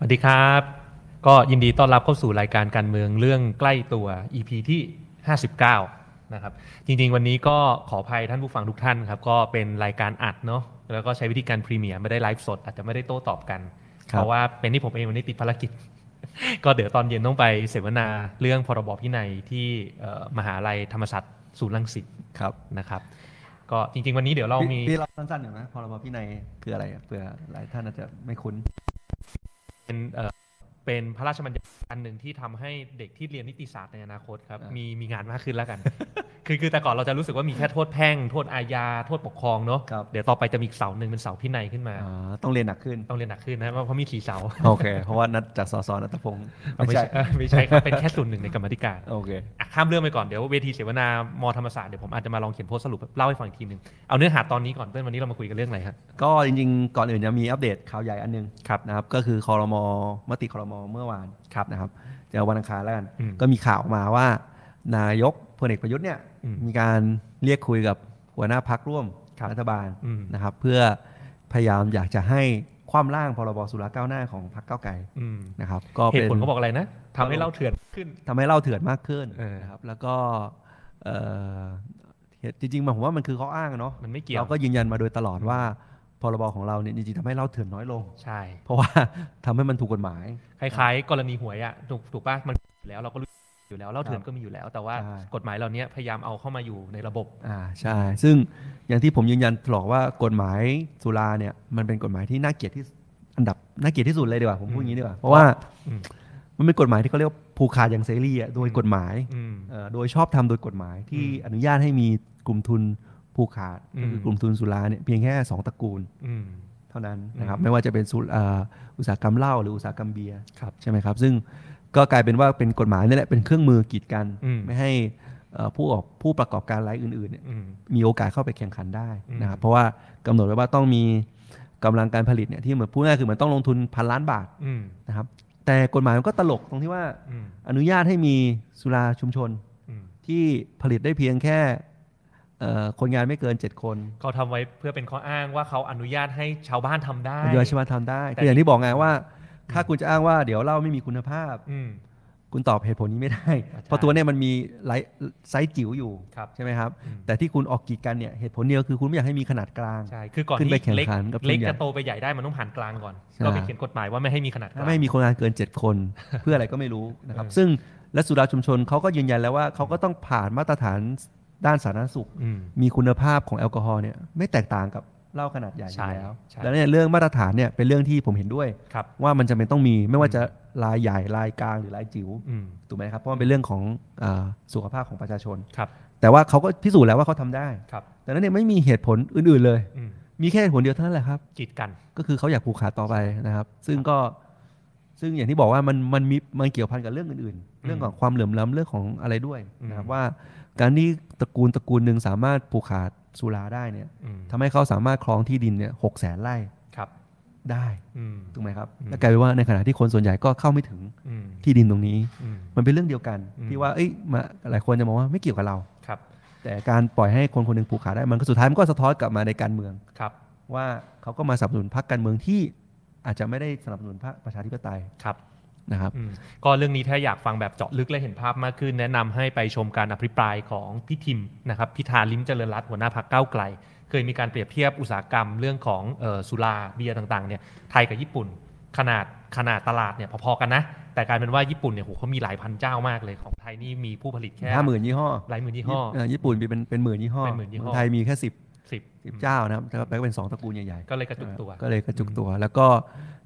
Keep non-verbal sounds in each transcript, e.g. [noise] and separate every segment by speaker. Speaker 1: วัสดีครับ ก็ยินดีต้อนรับเข้าสู่รายการการเมืองเรื่องใกล้ตัว EP ที่ 59 นะครับ จริงๆ วันนี้ก็ขออภัยท่านผู้ฟังทุกท่านครับ ก็เป็นรายการอัดเนาะแล้วก็ใช้วิธีการพรีเมียร์ไม่ได้ไลฟ์สด อาจจะไม่ได้โต้ตอบกัน
Speaker 2: ครับ
Speaker 1: เพราะว่าเป็นที่ผมเองวันนี้ติดภารกิจ [laughs] ก็เดี๋ยวตอนเย็นต้องไปเสวนาเรื่องพรบพินัยที่เอ่อมหาลัยธรรมศาสตร์ศูนย์รังสิต
Speaker 2: ครับ
Speaker 1: นะครับ ก็จริง ๆ วันนี้เดี๋ยวเรามี
Speaker 2: พี่พี่เราสั้นๆหน่อยนะพรบพี่ในยคืออะไรอะเผื่อหลายท่านอาจจะไม่คุ้น
Speaker 1: เป็นเอ่อเป็นพระราชบัญญัติอันหนึ่งที่ทำให้เด็กที่เรียนนิติศาสตร์ในอนาคตครับ
Speaker 2: อ่ามี
Speaker 1: มีมีงานมากขึ้นแล้วกัน [laughs] คือคือแต่ก่อนเราจะรู้สึกว่ามีแค่โทษแพ่ง โทษอาญา โทษปกครองเนาะ
Speaker 2: ครับ
Speaker 1: เดี๋ยวต่อไปจะมีอีกเสาหนึ่งเป็นเสาพินัยขึ้นมา
Speaker 2: อ่าต้องเรียนหนักขึ้น
Speaker 1: ต้องเรียนหนักขึ้นนะเพราะเพราะมีสี่เสา
Speaker 2: โอเค เพราะว่านัดจากสสนัตพงศ์ไม่ใช่
Speaker 1: เออ [laughs] ไม่ใช่ครับเป็นแค่ส่วนหนึ่งในกรรมาธิการ
Speaker 2: โอเค
Speaker 1: อ่ะข้ามเรื่องไปก่อนเดี๋ยวเวทีเสวนามธรรมศาสตร์เดี๋ยวผมอาจจะมาลองเขียนโพสต์สรุปเล่าให้ฟังอีกทีหนึ่งเอาเนื้อหาตอนนี้ก่อนเต้นวันนี้เรามาคุยกันเรื่องอะไรฮะ
Speaker 2: ก็จริงๆ ก่อนอื่นจะมีอัปเดตข่าวใหญ่อันหนึงครับนะครับ ก็คือคอรมอมติคอรมอเมื่อวานครับนะครับเดี๋ยววันอังคารแล้วกัน
Speaker 1: อืม
Speaker 2: ก็มีข่าวออกมาว่า นายกพลเอกประยุทธ์เนี่ย
Speaker 1: อืม
Speaker 2: มีการเรียกคุยกับหัวหน้าพักร่วม
Speaker 1: ครับ
Speaker 2: รัฐบาล
Speaker 1: อืม
Speaker 2: นะครับ เพื่อพยายามอยากจะให้ความร่างพรบสุราก้าวหน้าของพรรคก้าวไกล
Speaker 1: อืม
Speaker 2: นะครับ ก็
Speaker 1: เห
Speaker 2: ป็น
Speaker 1: ตุผลเขาบอกอะไรนะทำให้เล่าเถื่อนขึ้น
Speaker 2: ทำให้เหล่าเถื่อนมากขึ้น
Speaker 1: เออ
Speaker 2: นะครับแล้วก็เอ่อเหตุจริงๆมันผมว่ามันคือข้ออ้างอะเนาะ
Speaker 1: มันไม่เกี่ยว
Speaker 2: เราก็ยืนยันมาโดยตลอดว่าพรบของเราเนี่ยจริงๆทำให้เหล่าเถื่อนน้อยลง
Speaker 1: ใช่
Speaker 2: เพราะว่า [laughs] ทำให้มันถูกกฎหมาย
Speaker 1: คล้ายๆ กรณีหวยอะถูกถูกป่ะมันอยู่แล้วเราก็รู้อยู่แล้วเล่าเถื่อนก็มีอยู่แล้ว แต่ว่า
Speaker 2: ใช่
Speaker 1: กฎหมายเหล่านี้พยายามเอาเข้ามาอยู่ในระบบ
Speaker 2: อ่าใช่ ซึ่งอย่างที่ผมยืนยันตลอดว่ากฎหมายสุราเนี่ยมันเป็นกฎหมายที่น่าเกลียดที่อันดับน่าเกลียดที่สุดเลยดีกว่าผมพูดอย่างนี้ดีกว่าเพราะว่า
Speaker 1: อืม
Speaker 2: มันเป็นกฎหมายที่เขาเรียกว่าผูกขาดอย่างเสรีอะโดย
Speaker 1: อืม
Speaker 2: กฎหมาย
Speaker 1: อืม
Speaker 2: เอ่อโดยชอบทำโดยกฎหมายที่
Speaker 1: อืม
Speaker 2: อนุญาตให้มีกลุ่มทุนผู้ขาด
Speaker 1: อืม
Speaker 2: ก็คือกลุ่มทุนสุราเนี่ยเพียงแค่ 2 ตระกูล
Speaker 1: อืม
Speaker 2: เท่านั้นนะครับ
Speaker 1: อืม
Speaker 2: ไม่ว่าจะเป็นสุรเอ่ออุตสาหกรรมเหล้าหรืออุตสาหกรรมเบียร์
Speaker 1: ครับ
Speaker 2: ใช่ไหมครับซึ่งก็กลายเป็นว่าเป็นกฎหมายนี่แหละเป็นเครื่องมือกีดกัน
Speaker 1: อืม
Speaker 2: ไม่ให้เอ่อผู้ออกผู้ประกอบการรายอื่นๆเนี่ย
Speaker 1: อืม
Speaker 2: มีโอกาสเข้าไปแข่งขันได้นะครับ
Speaker 1: อืม
Speaker 2: เพราะว่ากำหนดไว้ว่าต้องมีกำลังการผลิตเนี่ยที่เหมือนพูดง่ายๆคือเหมันต้องลงทุนพันล้านบาท
Speaker 1: อืม
Speaker 2: นะครับแต่กฎหมายมันก็ตลกตรงที่ว่า
Speaker 1: อืม
Speaker 2: อนุญาตให้มีสุราชุมชน
Speaker 1: อืม
Speaker 2: ที่ผลิตได้เพียงแค่เอ่อคนงานไม่เกิน 7 คน
Speaker 1: เขาทำไว้เพื่อเป็นข้ออ้างว่าเขาอนุญาตให้ชาวบ้านทำได้
Speaker 2: อนุญาตชิวาทำได้
Speaker 1: แต่
Speaker 2: คืออย่างที่บอกไงว่า ถ้าคุณจะอ้างว่าเดี๋ยวเหล้าไม่มีคุณภาพ
Speaker 1: อืม
Speaker 2: คุณตอบเหตุผลนี้ไม่ได้
Speaker 1: ใช่
Speaker 2: เพราะตัวเนี่ยมันมีไลท์ไซส์จิ๋วอยู่
Speaker 1: ครับ
Speaker 2: ใช่ไหมครับ
Speaker 1: อืม
Speaker 2: แต่ที่คุณออกกีดกันเนี่ยเหตุผลเดียวคือคุณไม่อยากให้มีขนาดกลาง
Speaker 1: ใช่คือก่อน
Speaker 2: ขึ้นไป
Speaker 1: ที่
Speaker 2: แข่ง
Speaker 1: เล็ก
Speaker 2: ขันกับ
Speaker 1: เล็ก
Speaker 2: ทุนใหญ่
Speaker 1: จะโตไปใหญ่ได้มันต้องผ่านกลางก่อน
Speaker 2: ใช่
Speaker 1: ก็ไปเขียนกฎหมายว่าไม่ให้มีขนาดก
Speaker 2: ถ้า
Speaker 1: ลาง
Speaker 2: ไม่มีคนงานเกิน 7
Speaker 1: [laughs]
Speaker 2: คน เพื่ออะไรก็ไม่รู้นะครับ
Speaker 1: เออ
Speaker 2: ซึ่งและสุราชุมชนเขาก็ยืนยันแล้วว่าเขาก็ต้องผ่านมาตรฐานด้านสาธารณสุข
Speaker 1: อืม
Speaker 2: มีคุณภาพของแอลกอฮอล์เนี่ยไม่แตกต่างกับเหล้าขนาดใหญ่อ
Speaker 1: ใช่
Speaker 2: ยู่แล้ว
Speaker 1: ใช่
Speaker 2: แล้วเนี่ยเรื่องมาตรฐานเนี่ยเป็นเรื่องที่ผมเห็นด้วย
Speaker 1: ครับ
Speaker 2: ว่ามันจะเป็นต้องมีไม่ว่า
Speaker 1: อืม
Speaker 2: จะรายใหญ่รายกลางหรือรายจิ๋ว
Speaker 1: อืม
Speaker 2: ถูกไหมครับเพราะมันเป็นเรื่องของอาสุขภาพของประชาชน
Speaker 1: ครับ
Speaker 2: แต่ว่าเขาก็พิสูจน์แล้วว่าเขาทำได้
Speaker 1: ครับ
Speaker 2: ดังนั้นเนี่ยไม่มีเหตุผลอื่นๆเลย
Speaker 1: อืม
Speaker 2: มีแค่เหตุผลเดียวเท่านั้นแหละครับ
Speaker 1: กีดกัน
Speaker 2: ก็คือเขาอยากผูกขาดต่อไปนะครับ ซึ่งก็ซึ่งอย่างที่บอกว่ามันมันมีมันเกี่ยวพันกับเรื่องอื่นๆ เรื่องของความเหลื่อมล้ำเรื่องของอะไรด้วยนะครับ
Speaker 1: อืม
Speaker 2: ว่าการที่ตระกูลตระกูลหนึ่งสามารถผูกขาดสุราได้เนี่ย
Speaker 1: อืม
Speaker 2: ทำให้เขาสามารถครองที่ดินเนี่ยหกแสนไร่
Speaker 1: ครับ
Speaker 2: ได้
Speaker 1: อืม
Speaker 2: ถูกไหมครับ
Speaker 1: อืม
Speaker 2: และกลายเป็นว่าในขณะที่คนส่วนใหญ่ก็เข้าไม่ถึง
Speaker 1: อืม
Speaker 2: ที่ดินตรงนี้
Speaker 1: อืม
Speaker 2: มันเป็นเรื่องเดียวกัน
Speaker 1: อืม
Speaker 2: ที่ว่าเอ้ยมาหลายคนจะมองว่าไม่เกี่ยวกับเรา
Speaker 1: ครับ
Speaker 2: แต่การปล่อยให้คนคนหนึ่งผูกขาดได้มันก็สุดท้ายมันก็สะท้อนกลับมาในการเมือง
Speaker 1: ครับ
Speaker 2: ว่าเขาก็มาสนับสนุนพรรคการเมืองที่อาจจะไม่ได้สนับสนุนพรรคประชาธิปไตย
Speaker 1: ครับ
Speaker 2: นะครับ
Speaker 1: อืมก็เรื่องนี้ถ้าอยากฟังแบบเจาะลึกและเห็นภาพมากขึ้น แนะนำให้ไปชมการอภิปรายของพี่ทิมนะครับพิธาลิ้มเจริญรัตน์หัวหน้าพักก้าวไกล เคยมีการเปรียบเทียบอุตสาหกรรมเรื่องของเอ่อสุราเบียร์ต่างๆเนี่ยไทยกับญี่ปุ่น ขนาดขนาดตลาดเนี่ยพอๆกันนะ แต่กลายเป็นว่าญี่ปุ่นเนี่ยโหเขามีหลายพันเจ้ามากเลยของไทยนี่มีผู้ผลิตแค่
Speaker 2: ห้าหมื่นยี่ห้อ
Speaker 1: หลายหมื่นยี่ห้อ
Speaker 2: เอ่อญี่ปุ่นมีเป็นเป็นหมื่นยี่ห้อ
Speaker 1: เป็นหมื่นยี่ห้อ
Speaker 2: เมืองไทยมีแค่สิบ
Speaker 1: สิบ
Speaker 2: สิบเจ้านะครับแล้วก็เป็นสองตระกูลใหญ่
Speaker 1: ก็เลยก
Speaker 2: ๆ
Speaker 1: ระจุกตัว
Speaker 2: ก็เลยกระจุกตัว แล้วก็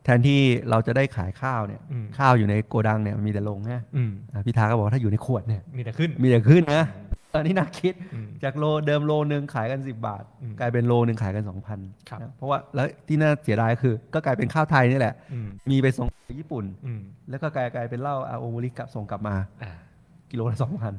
Speaker 2: แทนที่เราจะได้ขายข้าวเนี่ย
Speaker 1: อืม
Speaker 2: ข้าวอยู่ในโกดังเนี่ยมีแต่ลงนะ
Speaker 1: อืม
Speaker 2: อ่ะพิธาก็บอกว่าถ้าอยู่ในขวดเนี่ย
Speaker 1: มีแต่ขึ้น
Speaker 2: มีแต่ขึ้นนะอันนี้น่าคิด
Speaker 1: อืม
Speaker 2: จากโลเดิมโลนึงขายกัน 10 บาท
Speaker 1: อืม
Speaker 2: กลายเป็นโลนึงขายกัน 2,000
Speaker 1: ครับ
Speaker 2: นะเพราะว่าแล้วที่น่าเสียดายคือ ก็กลายเป็นข้าวไทยนี่แหละ
Speaker 1: อืม
Speaker 2: มีไปส่งญี่ปุ่น
Speaker 1: อืม
Speaker 2: แล้วก็กลายกลายเป็นเหล้าอาโอมริกลับส่งกลับมา
Speaker 1: อ่า
Speaker 2: กิโลละสอง
Speaker 1: [laughs]
Speaker 2: พัน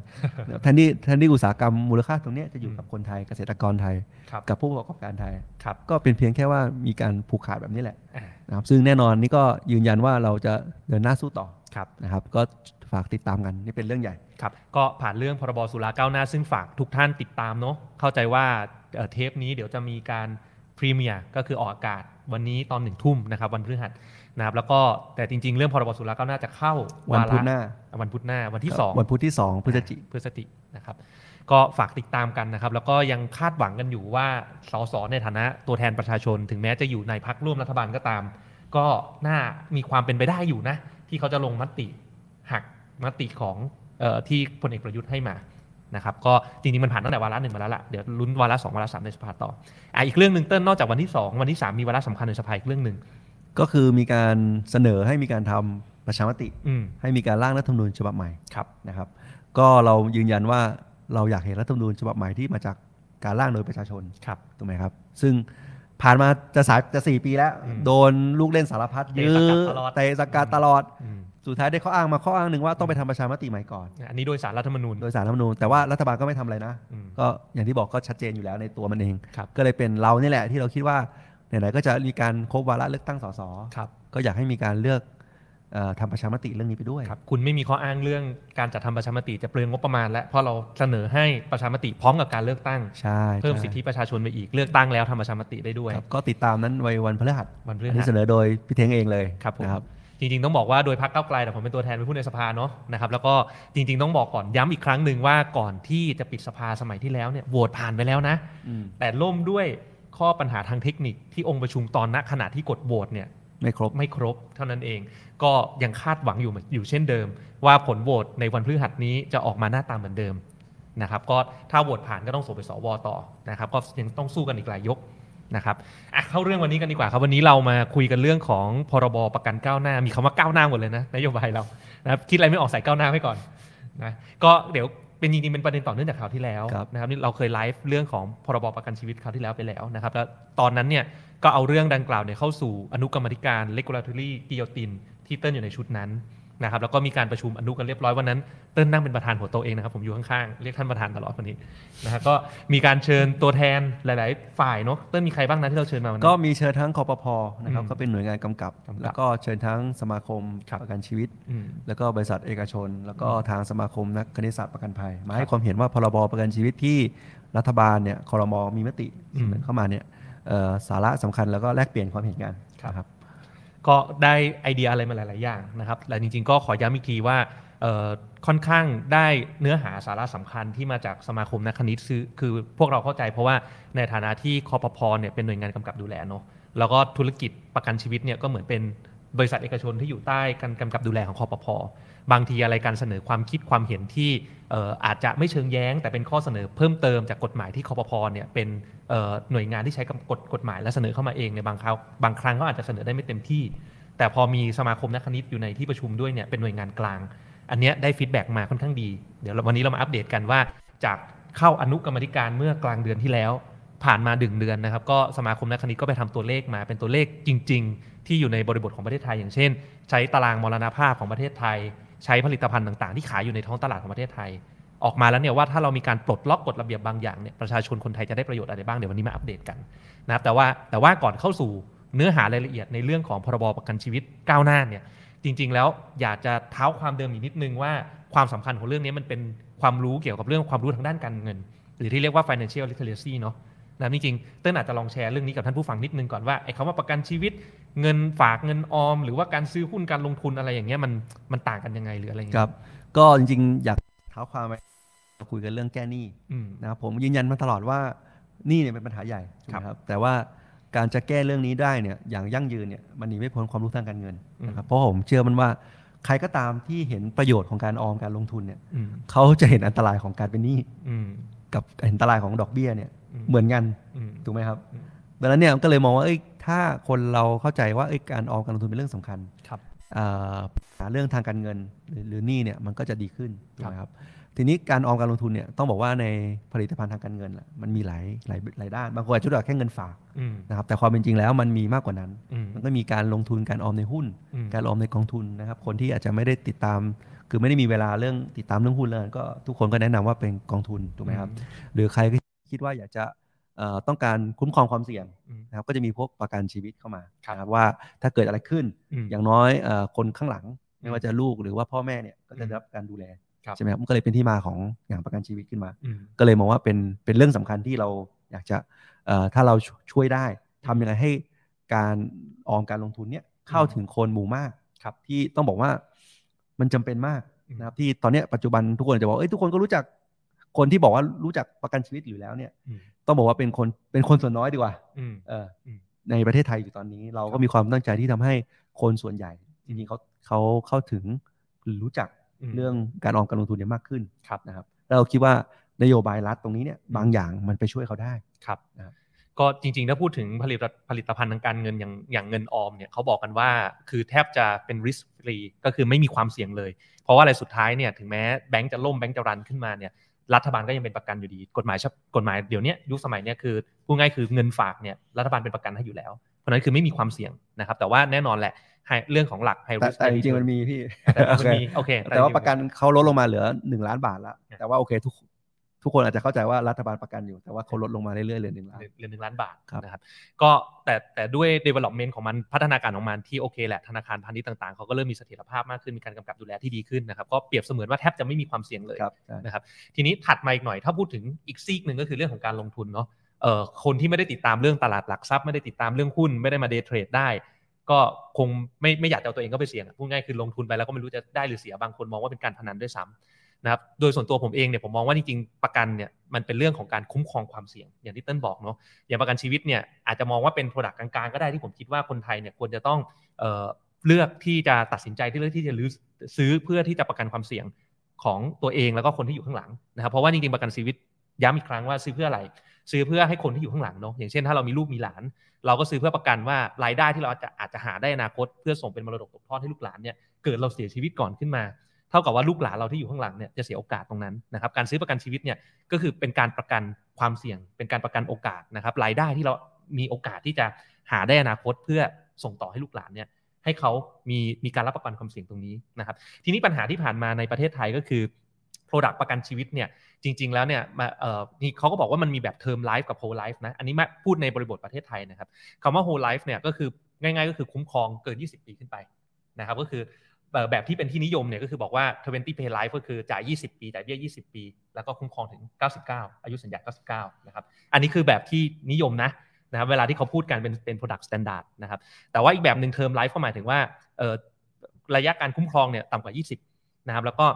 Speaker 2: แทนที่แทนที่อุตสาหกรรมมูลค่าตรงเนี้ยจะอยู่
Speaker 1: อืม
Speaker 2: กับคนไทยเกษตรกรไทย
Speaker 1: ครับ
Speaker 2: กับผู้ประกอบการไทย
Speaker 1: ครับ
Speaker 2: ก็เป็นเพียงแค่ว่ามีการผูกขาดแบบนี้แหละ
Speaker 1: อ่า
Speaker 2: นะครับซึ่งแน่นอนนี่ก็ยืนยันว่าเราจะเดินหน้าสู้ต่อ
Speaker 1: ครับ
Speaker 2: นะครับก็ฝากติดตามกันนี่เป็นเรื่องใหญ่
Speaker 1: ครับก็ผ่านเรื่องพรบสุราก้าวหน้า ซึ่งฝากทุกท่านติดตามเนาะเข้าใจว่าเอ่อเทปนี้เดี๋ยวจะมีการพรีเมียร์ก็คือออกอากาศวันนี้ตอนหนึ่งทุ่มนะครับวันพฤหัส นะครับแล้วก็แต่จริง ๆ เรื่องพรบสุราก้าวหน้าจะเข้า
Speaker 2: วัน
Speaker 1: วาระ
Speaker 2: พุธหน้า
Speaker 1: วันพุธหน้าวันที่สอง
Speaker 2: วันพุธที่สองพฤศจิก
Speaker 1: พฤศจิกนะครับ ก็ฝากติดตามกันนะครับ แล้วก็ยังคาดหวังกันอยู่ว่าสสในฐานะตัวแทนประชาชน ถึงแม้จะอยู่ในพักร่วมรัฐบาลก็ตาม ก็น่ามีความเป็นไปได้อยู่นะ ที่เขาจะลงมติหักมติของเออที่พลเอกประยุทธ์ให้มานะครับ ก็จริงๆมันผ่านตั้งแต่วาระหนึ่งมาแล้วล่ะเดี๋ยวลุ้นวาระสองวาระสามในสภาต่ออ่ะอีกเรื่องหนึ่งเติ้ลนอกจากวันที่สองวันที่สามมีวาระสำคัญในสภาอีกเรื่องหนึ่ง
Speaker 2: ก็คือมีการเสนอให้มีการทำประชามติ
Speaker 1: อืม
Speaker 2: ให้มีการร่างรัฐธรรมนูญฉบับใหม่
Speaker 1: ครับ
Speaker 2: นะครับ ก็เรายืนยันว่าเราอยากเห็นรัฐธรรมนูญฉบับใหม่ที่มาจากการร่างโดยประชาชน
Speaker 1: ครับ
Speaker 2: ถูกไหมครับ ซึ่งผ่านมาจะสายจะสี่ปีแล้ว
Speaker 1: อืม
Speaker 2: โดนลูกเล่นสารพัด
Speaker 1: เตะ
Speaker 2: ยื้
Speaker 1: สกั
Speaker 2: อ
Speaker 1: ดตลอด
Speaker 2: เตะสกัดตลอด
Speaker 1: อืม
Speaker 2: สุดท้ายได้ข้ออ้างมาข้ออ้างหนึ่งว่าต้องไปทำประชามติใหม่ก่อน
Speaker 1: อันนี้โดยสารรัฐธรรมนูญ
Speaker 2: โดยสารรัฐธรรมนูญแต่ว่ารัฐบาลก็ไม่ทำอะไรนะ
Speaker 1: อืม
Speaker 2: ก็อย่างที่บอกก็ชัดเจนอยู่แล้วในตัวมันเอง
Speaker 1: ครับ
Speaker 2: ก็เลยเป็นเรานี่แหละที่เราคิดว่าไหนๆก็จะมีการครบวาระเลือกตั้งสส
Speaker 1: ครับ
Speaker 2: ก็อยากให้มีการเลือกเอ่อทำประชามติเรื่องนี้ไปด้วย
Speaker 1: ครับคุณไม่มีข้ออ้างเรื่องการจัดทำประชามติจะเปลืองงบประมาณ และเพราะเราเสนอให้ประชามติพร้อมกับการเลือกตั้ง
Speaker 2: ใช่
Speaker 1: เพิ่ม
Speaker 2: ใช่
Speaker 1: สิทธิประชาชนไปอีกเลือกตั้งแล้วทำประชามติได้ด้วย
Speaker 2: ครับก็ติดตามนั้นไว้วันพฤหัส
Speaker 1: วันพฤ
Speaker 2: อัน
Speaker 1: หั
Speaker 2: นี้
Speaker 1: ส
Speaker 2: เสนอโดยพี่เทงเองเลย
Speaker 1: ครับผม
Speaker 2: นะครับ
Speaker 1: จริงๆต้องบอกว่าโดยพักเก้าวไกลแต่ผมเป็นตัวแทนไปพูดในสภาเนาะนะครับแล้วก็จริง ๆ ต้องบอกก่อนย้ำอีกครั้งหนึ่งว่าก่อนที่จะปิดสภาสมัยที่แล้วเนี่ยโหวตผ่านไปแล้วนะ แต่ล่มด้วยข้อปัญหาทางเทคนิคที่องค์ประชุมตอนณขณะที่กดโหวตเนี่ย
Speaker 2: ไม่ครบ
Speaker 1: ไม่ครบเท่านั้นเอง ก็ยังคาดหวังอยู่เหมือนอยู่เช่นเดิม ว่าผลโหวตในวันพฤหัสนี้จะออกมาหน้าตาเหมือนเดิมนะครับก็ถ้าโหวตผ่านก็ต้องส่งไปสวต่อนะครับก็ยังต้องสู้กันอีกหลายยกนะครับอ่ะเข้าเรื่องวันนี้กันดีกว่าครับวันนี้เรามาคุยกันเรื่องของพรบประกันก้าวหน้ามีคำว่าก้าวหน้าหมดเลยนะนโยบายเรานะครับคิดอะไรไม่ออกใส่ก้าวหน้าไว้ก่อนนะก็เดี๋ยวเป็นจริงๆเป็นประเด็นต่อเนื่องจากคราวที่แล้ว
Speaker 2: ครับ
Speaker 1: นะครับนี่เราเคยไลฟ์เรื่องของพรบประกันชีวิตคราวที่แล้วไปแล้วนะครับแล้วตอนนั้นเนี่ย ก็เอาเรื่องดังกล่าวเนี่ยเข้าสู่อนุกรรมธิการ regulatory guillotine ที่เติ้ลอยู่ในชุดนั้นนะครับแล้วก็มีการประชุมอนุกันเรียบร้อยวันนั้นเติ้ลนั่งเป็นประธานหัวโตะเองนะครับผมอยู่ข้างๆ เรียกท่านประธานตลอดวันนี้นะฮะก็มีการเชิญตัวแทนหลาย ๆ ฝ่ายเนาะเติ้ลมีใครบ้างนะที่เราเชิญมาวัน
Speaker 2: ก็
Speaker 1: นี้
Speaker 2: มีเชิญทั้งคอปพนะครับ
Speaker 1: อืม
Speaker 2: ก็เป็นหน่วยงานกำกับ
Speaker 1: กำกับ
Speaker 2: แล้วก็เชิญทั้งสมาคม
Speaker 1: ครับ
Speaker 2: ประกันชีวิต
Speaker 1: อืม
Speaker 2: แล้วก็บริษัทเอกชน แล้วก็ทางสมาคมนักคณิตศาสตร์ประกันภัย มา
Speaker 1: ค
Speaker 2: ให้
Speaker 1: รับ
Speaker 2: ความเห็นว่าพรบประกันชีวิตที่รัฐบาลเนี่ยครมมีมติ
Speaker 1: อืม
Speaker 2: เสนอเข้ามาเนี่ยเอ่อสาระสำคัญแล้วก็แลกเปลี่ยนความเห็นกัน
Speaker 1: ครับ
Speaker 2: นะครับ
Speaker 1: ก็ได้ไอเดียอะไรมาหลาย ๆ อย่างนะครับและจริง ๆ ก็ขอย้ำอีกทีว่าเอ่อค่อนข้างได้เนื้อหาสาระสำคัญที่มาจากสมาคมนักคณิตคือคือพวกเราเข้าใจเพราะว่าในฐานะที่คอปพเนี่ยเป็นหน่วยงานกำกับดูแลเนาะแล้วก็ธุรกิจประกันชีวิตเนี่ยก็เหมือนเป็นบริษัทเอกชนที่อยู่ใต้การกำกับดูแลของคอปพบางทีอะไรการเสนอความคิดความเห็นที่เอ่ออาจจะไม่เชิงแย้ง แต่เป็นข้อเสนอเพิ่มเติมจากกฎหมายที่คอปพเนี่ยเป็นเอ่อหน่วยงานที่ใช้กำกฎกฎหมายและเสนอเข้ามาเองในบางคราวบางครั้งก็อาจจะเสนอได้ไม่เต็มที่ แต่พอมีสมาคมนักคณิตอยู่ในที่ประชุมด้วยเนี่ยเป็นหน่วยงานกลาง อันเนี้ยได้ฟีดแบ็กมาค่อนข้างดี เดี๋ยวเราวันนี้เรามาอัปเดตกันว่า จากเข้าอนุกรรมธิการเมื่อกลางเดือนที่แล้ว ผ่านมาดึงเดือนนะครับ ก็สมาคมนักคณิตก็ไปทำตัวเลขมาเป็นตัวเลขจริง ๆ ที่อยู่ในบริบทของประเทศไทย อย่างเช่น ใช้ตารางมรณภาพของประเทศไทย ใช้ผลิตภัณฑ์ต่างๆ ที่ขายอยู่ในท้องตลาดของประเทศไทย ออกมาแล้วเนี่ยว่าถ้าเรามีการปลดล็อกกฎระเบียบบางอย่างเนี่ยประชาชนคนไทยจะได้ประโยชน์อะไรบ้างเดี๋ยววันนี้มาอัปเดตกัน นะครับแต่ว่าแต่ว่าก่อนเข้าสู่เนื้อหารายละเอียดในเรื่องของพรบประกันชีวิตก้าวหน้าเนี่ยจริง ๆ แล้วอยากจะเท้าความเดิมอีกนิดนึงว่าความสำคัญของเรื่องนี้มันเป็นความรู้เกี่ยวกับเรื่องความรู้ทางด้านการเงิน หรือที่เรียกว่า financial literacy เนาะนะครับจริงๆเต้นอาจจะลองแชร์เรื่องนี้กับท่านผู้ฟังนิดนึงก่อนว่าไอ้คำว่าประกันชีวิตเงินฝากเงินออม หรือว่าการซื้อหุ้นการลงทุนอะไรอย่างเงี้ยมันมันต่างกันยังไงหรืออะไรอย่าง
Speaker 2: ค
Speaker 1: เงี้ย
Speaker 2: รับ ก็จริงๆ อยากเท้าความไปคุยกันเรื่องแก้หนี้
Speaker 1: อืม
Speaker 2: นะครับผมยืนยันมาตลอดว่าหนี้เนี่ยเป็นปัญหาใหญ่ถูกไหม
Speaker 1: ครับ
Speaker 2: ครับแต่ว่าการจะแก้เรื่องนี้ได้เนี่ยอย่างยั่งยืนเนี่ยมันหนีไม่พ้นความรู้ทางการเงิน
Speaker 1: อืม
Speaker 2: นะครับเพราะผมเชื่อมันว่าใครก็ตามที่เห็นประโยชน์ของการออมการลงทุนเนี่ย
Speaker 1: อืม
Speaker 2: เขาจะเห็นอันตรายของการเป็นหนี้
Speaker 1: อืม
Speaker 2: กับเห็นอันตรายของดอกเบี้ยเนี่ย
Speaker 1: อืม
Speaker 2: เหมือนกัน
Speaker 1: อืม
Speaker 2: ถูกไหมครับ
Speaker 1: อืม
Speaker 2: ดังนั้นเนี่ยก็เลยมองว่าเอ้ยถ้าคนเราเข้าใจว่าเอ้ยการออมการลงทุนเป็นเรื่องสำคัญ
Speaker 1: ครับ
Speaker 2: เอ่อปัญหาเรื่องทางการเงินหรือหรือหนี้เนี่ยมันก็จะดีขึ้นถู
Speaker 1: ค
Speaker 2: ก
Speaker 1: รับ
Speaker 2: ไหมครับทีนี้การออมการลงทุนเนี่ยต้องบอกว่าในผลิตภัณฑ์ทางการเงินล่ะมันมีหลายหลายหลายด้านบางคนอาจจะรู้จักแค่เงินฝาก
Speaker 1: อืม
Speaker 2: นะครับแต่ความเป็นจริงแล้วมันมีมากกว่านั้น
Speaker 1: อืม
Speaker 2: มันก็มีการลงทุนการออมในหุ้น
Speaker 1: อืม
Speaker 2: การออมในกองทุนนะครับคนที่อาจจะไม่ได้ติดตาม คือไม่ได้มีเวลาเรื่องติดตามเรื่องหุ้นเลยก็ทุกคนก็แนะนำว่าเป็นกองทุนถูกไหมครับหรือใครที่คิดว่าอยากจะเอ่อต้องการคุ้มครองความเสี่ยง
Speaker 1: อืม
Speaker 2: นะครับก็จะมีพวกประกันชีวิตเข้ามา
Speaker 1: ครับ
Speaker 2: นะครับว่าถ้าเกิดอะไรขึ้น
Speaker 1: อืม
Speaker 2: อย่างน้อยเอ่อคนข้างหลัง
Speaker 1: อืม
Speaker 2: ไม่ว่าจะลูกหรือว่าพ่อแม่เนี่ยก็จะ
Speaker 1: อืม
Speaker 2: ได้รับการดูแล
Speaker 1: ครับ
Speaker 2: ใช่ไหมครับมันก็เลยเป็นที่มาของอย่างประกันชีวิตขึ้นมา
Speaker 1: อืม
Speaker 2: ก็เลยมองว่าเป็นเป็นเรื่องสำคัญที่เราอยากจะเอ่อถ้าเราช่วยได้ทำยังไงให้การออมการลงทุนเนี่ย เข้าถึงคนหมู่มาก
Speaker 1: ครับ
Speaker 2: ที่ต้องบอกว่ามันจำเป็นมาก
Speaker 1: อืม
Speaker 2: นะครับที่ตอนเนี้ยปัจจุบันทุกคนอาจจะบอกเอ้ยทุกคนก็รู้จักคนที่บอกว่ารู้จักประกันชีวิตอยู่แล้วเนี่ย
Speaker 1: อืม
Speaker 2: ต้องบอกว่าเป็นคนเป็นคนส่วนน้อยดีกว่า
Speaker 1: อืม
Speaker 2: เอออ
Speaker 1: ม
Speaker 2: ในประเทศไทยอยู่ตอนนี้ เราก็มีความตั้งใจที่ทำให้คนส่วนใหญ่จริงๆเขาเขาเข้าถึงรู้จัก
Speaker 1: ม
Speaker 2: เรื่องการออมการลงทุนเนี่ยมากขึ้น
Speaker 1: ครับ
Speaker 2: นะครับแล้วเราคิดว่านโยบายรัฐตรงนี้เนี่ยบางอย่างมันไปช่วยเขาได้
Speaker 1: ครับ
Speaker 2: นะครับ
Speaker 1: ก็จริงๆ ถ้าพูดถึงผลิตผลิตภัณฑ์ทางการเงินอย่างอย่างเงินออมเนี่ยเขาบอกกันว่าคือแทบจะเป็น risk free ก็คือไม่มีความเสี่ยงเลย เพราะว่าอะไรสุดท้ายเนี่ยถึงแม้แบงก์จะล่มแบงก์จะรันขึ้นมาเนี่ยรัฐบาลก็ยังเป็นประกันอยู่ดี กฎหมายฉบับกฎหมายเดี๋ยวเนี้ยยุคสมัยเนี่ยคือพูดง่ายคือเงินฝากเนี่ยรัฐบาลเป็นประกันให้อยู่แล้ว เพราะฉะนั้นคือไม่มีความเสี่ยงนะครับแต่ว่าแน่นอนแหละ high- เรื่องของหลัก high
Speaker 2: แต่
Speaker 1: risk
Speaker 2: แต่
Speaker 1: high
Speaker 2: จ
Speaker 1: return
Speaker 2: ริงๆมันมีพี่
Speaker 1: แต่มันมีโอเค
Speaker 2: แต่ว่าประกันเขาลดลงมาเหลือ 1 ล้านบาทแล้วแต่ว่าโอเคทุกทุกคนอาจจะเข้าใจว่ารัฐบาลประกันอยู่แต่ว่าเขาลดลงมาเรื่อยๆเหลือหนึ่งล้าน
Speaker 1: เหลือหนึ่งล้านบาท
Speaker 2: ครับ
Speaker 1: นะครับก็แต่แต่ด้วย development ของมันพัฒนาการของมันที่โอเคแหละธนาคารพาณิชย์ต่างๆเขาก็เริ่มมีเสถียรภาพมากขึ้นมีการกำกับดูแลที่ดีขึ้นนะครับก็เปรียบเสมือนว่าแทบจะไม่มีความเสี่ยงเลย
Speaker 2: ครับใช่
Speaker 1: นะครับทีนี้ถัดมาอีกหน่อยถ้าพูดถึงอีกซีกหนึ่งก็คือเรื่องของการลงทุนเนาะเอ่อคนที่ไม่ได้ติดตามเรื่องตลาดหลักทรัพย์ไม่ได้ติดตามเรื่องหุ้นไม่ได้มาเดย์เทรดได้ ก็คงไม่ไม่อยากจะเอาตัวเองก็ไปเสี่ยงอะพูดง่ายคือลงทุนไปแล้วก็ไม่รู้จะได้หรือเสียบางคนมองว่าเป็นการพนันด้วยซ้ำนะครับโดยส่วนตัวผมเองเนี่ยผมมองว่าจริงๆประกันเนี่ยมันเป็นเรื่องของการคุ้มครองความเสี่ยงอย่างที่เต้นบอกเนาะอย่างประกันชีวิตเนี่ยอาจจะมองว่าเป็นโปรดักต์กลางๆก็ได้ที่ผมคิดว่าคนไทยเนี่ยควรจะต้อง เอ่อเลือกที่จะตัดสินใจที่เลือกที่จะรื้อซื้อเพื่อที่จะประกันความเสี่ยงของตัวเองแล้วก็คนที่อยู่ข้างหลังนะครับเพราะว่าจริงๆประกันชีวิตย้ำอีกครั้งว่าซื้อเพื่ออะไร ซื้อเพื่อให้คนที่อยู่ข้างหลังเนาะอย่างเช่นถ้าเรามีลูกมีหลาน เราก็ซื้อเพื่อประกันว่ารายได้ที่เราอาจจะอาจจะหาได้อนาคต เพื่อส่งเป็นมรดกตกทอดให้ลูกหลานเนี่ยเกิดเราเสียชีวิตก่อนขึ้นมา เท่ากับว่าลูกหลานเราที่อยู่ข้างหลังเนี่ยจะเสียโอกาสตรงนั้นนะครับการซื้อประกันชีวิตเนี่ยก็คือเป็นการประกันความเสี่ยง เป็นการประกันโอกาสนะครับรายได้ที่เรามีโอกาสที่จะหาได้อนาคตเพื่อส่งต่อให้ลูกหลานเนี่ย ให้เขามีมีการรับประกันความเสี่ยงตรงนี้นะครับ ทีนี้ปัญหาที่ผ่านมาในประเทศไทยก็คือ Product ประกันชีวิตเนี่ยจริง ๆ แล้วเนี่ยมาเอ่อนี่เขาก็บอกว่ามันมีแบบ Term Life กับ Whole Life นะอันนี้มาพูดในบริบทประเทศไทยนะครับคำว่า Whole Life เนี่ยก็คือง่ายๆ ก็คือคุ้มครองเกิน 20 ปีขึ้นไปนะครับก็คือเอ่อแบบที่เป็นที่นิยมเนี่ยก็คือบอกว่า 20 pay life ก็คือจ่าย 20 ปีจ่ายเบี้ย 20 ปี แล้วก็คุ้มครองถึง 99 อายุสัญญา 99 นะครับอันนี้คือแบบที่นิยมนะนะครับเวลาที่เขาพูดกันเป็นเป็น product standard นะครับ แต่ว่าอีกแบบหนึ่งเทอมไลฟ์ก็หมายถึงว่าเอ่อระยะการคุ้มครองเนี่ยต่ำกว่า 20 นะครับ แล้วก็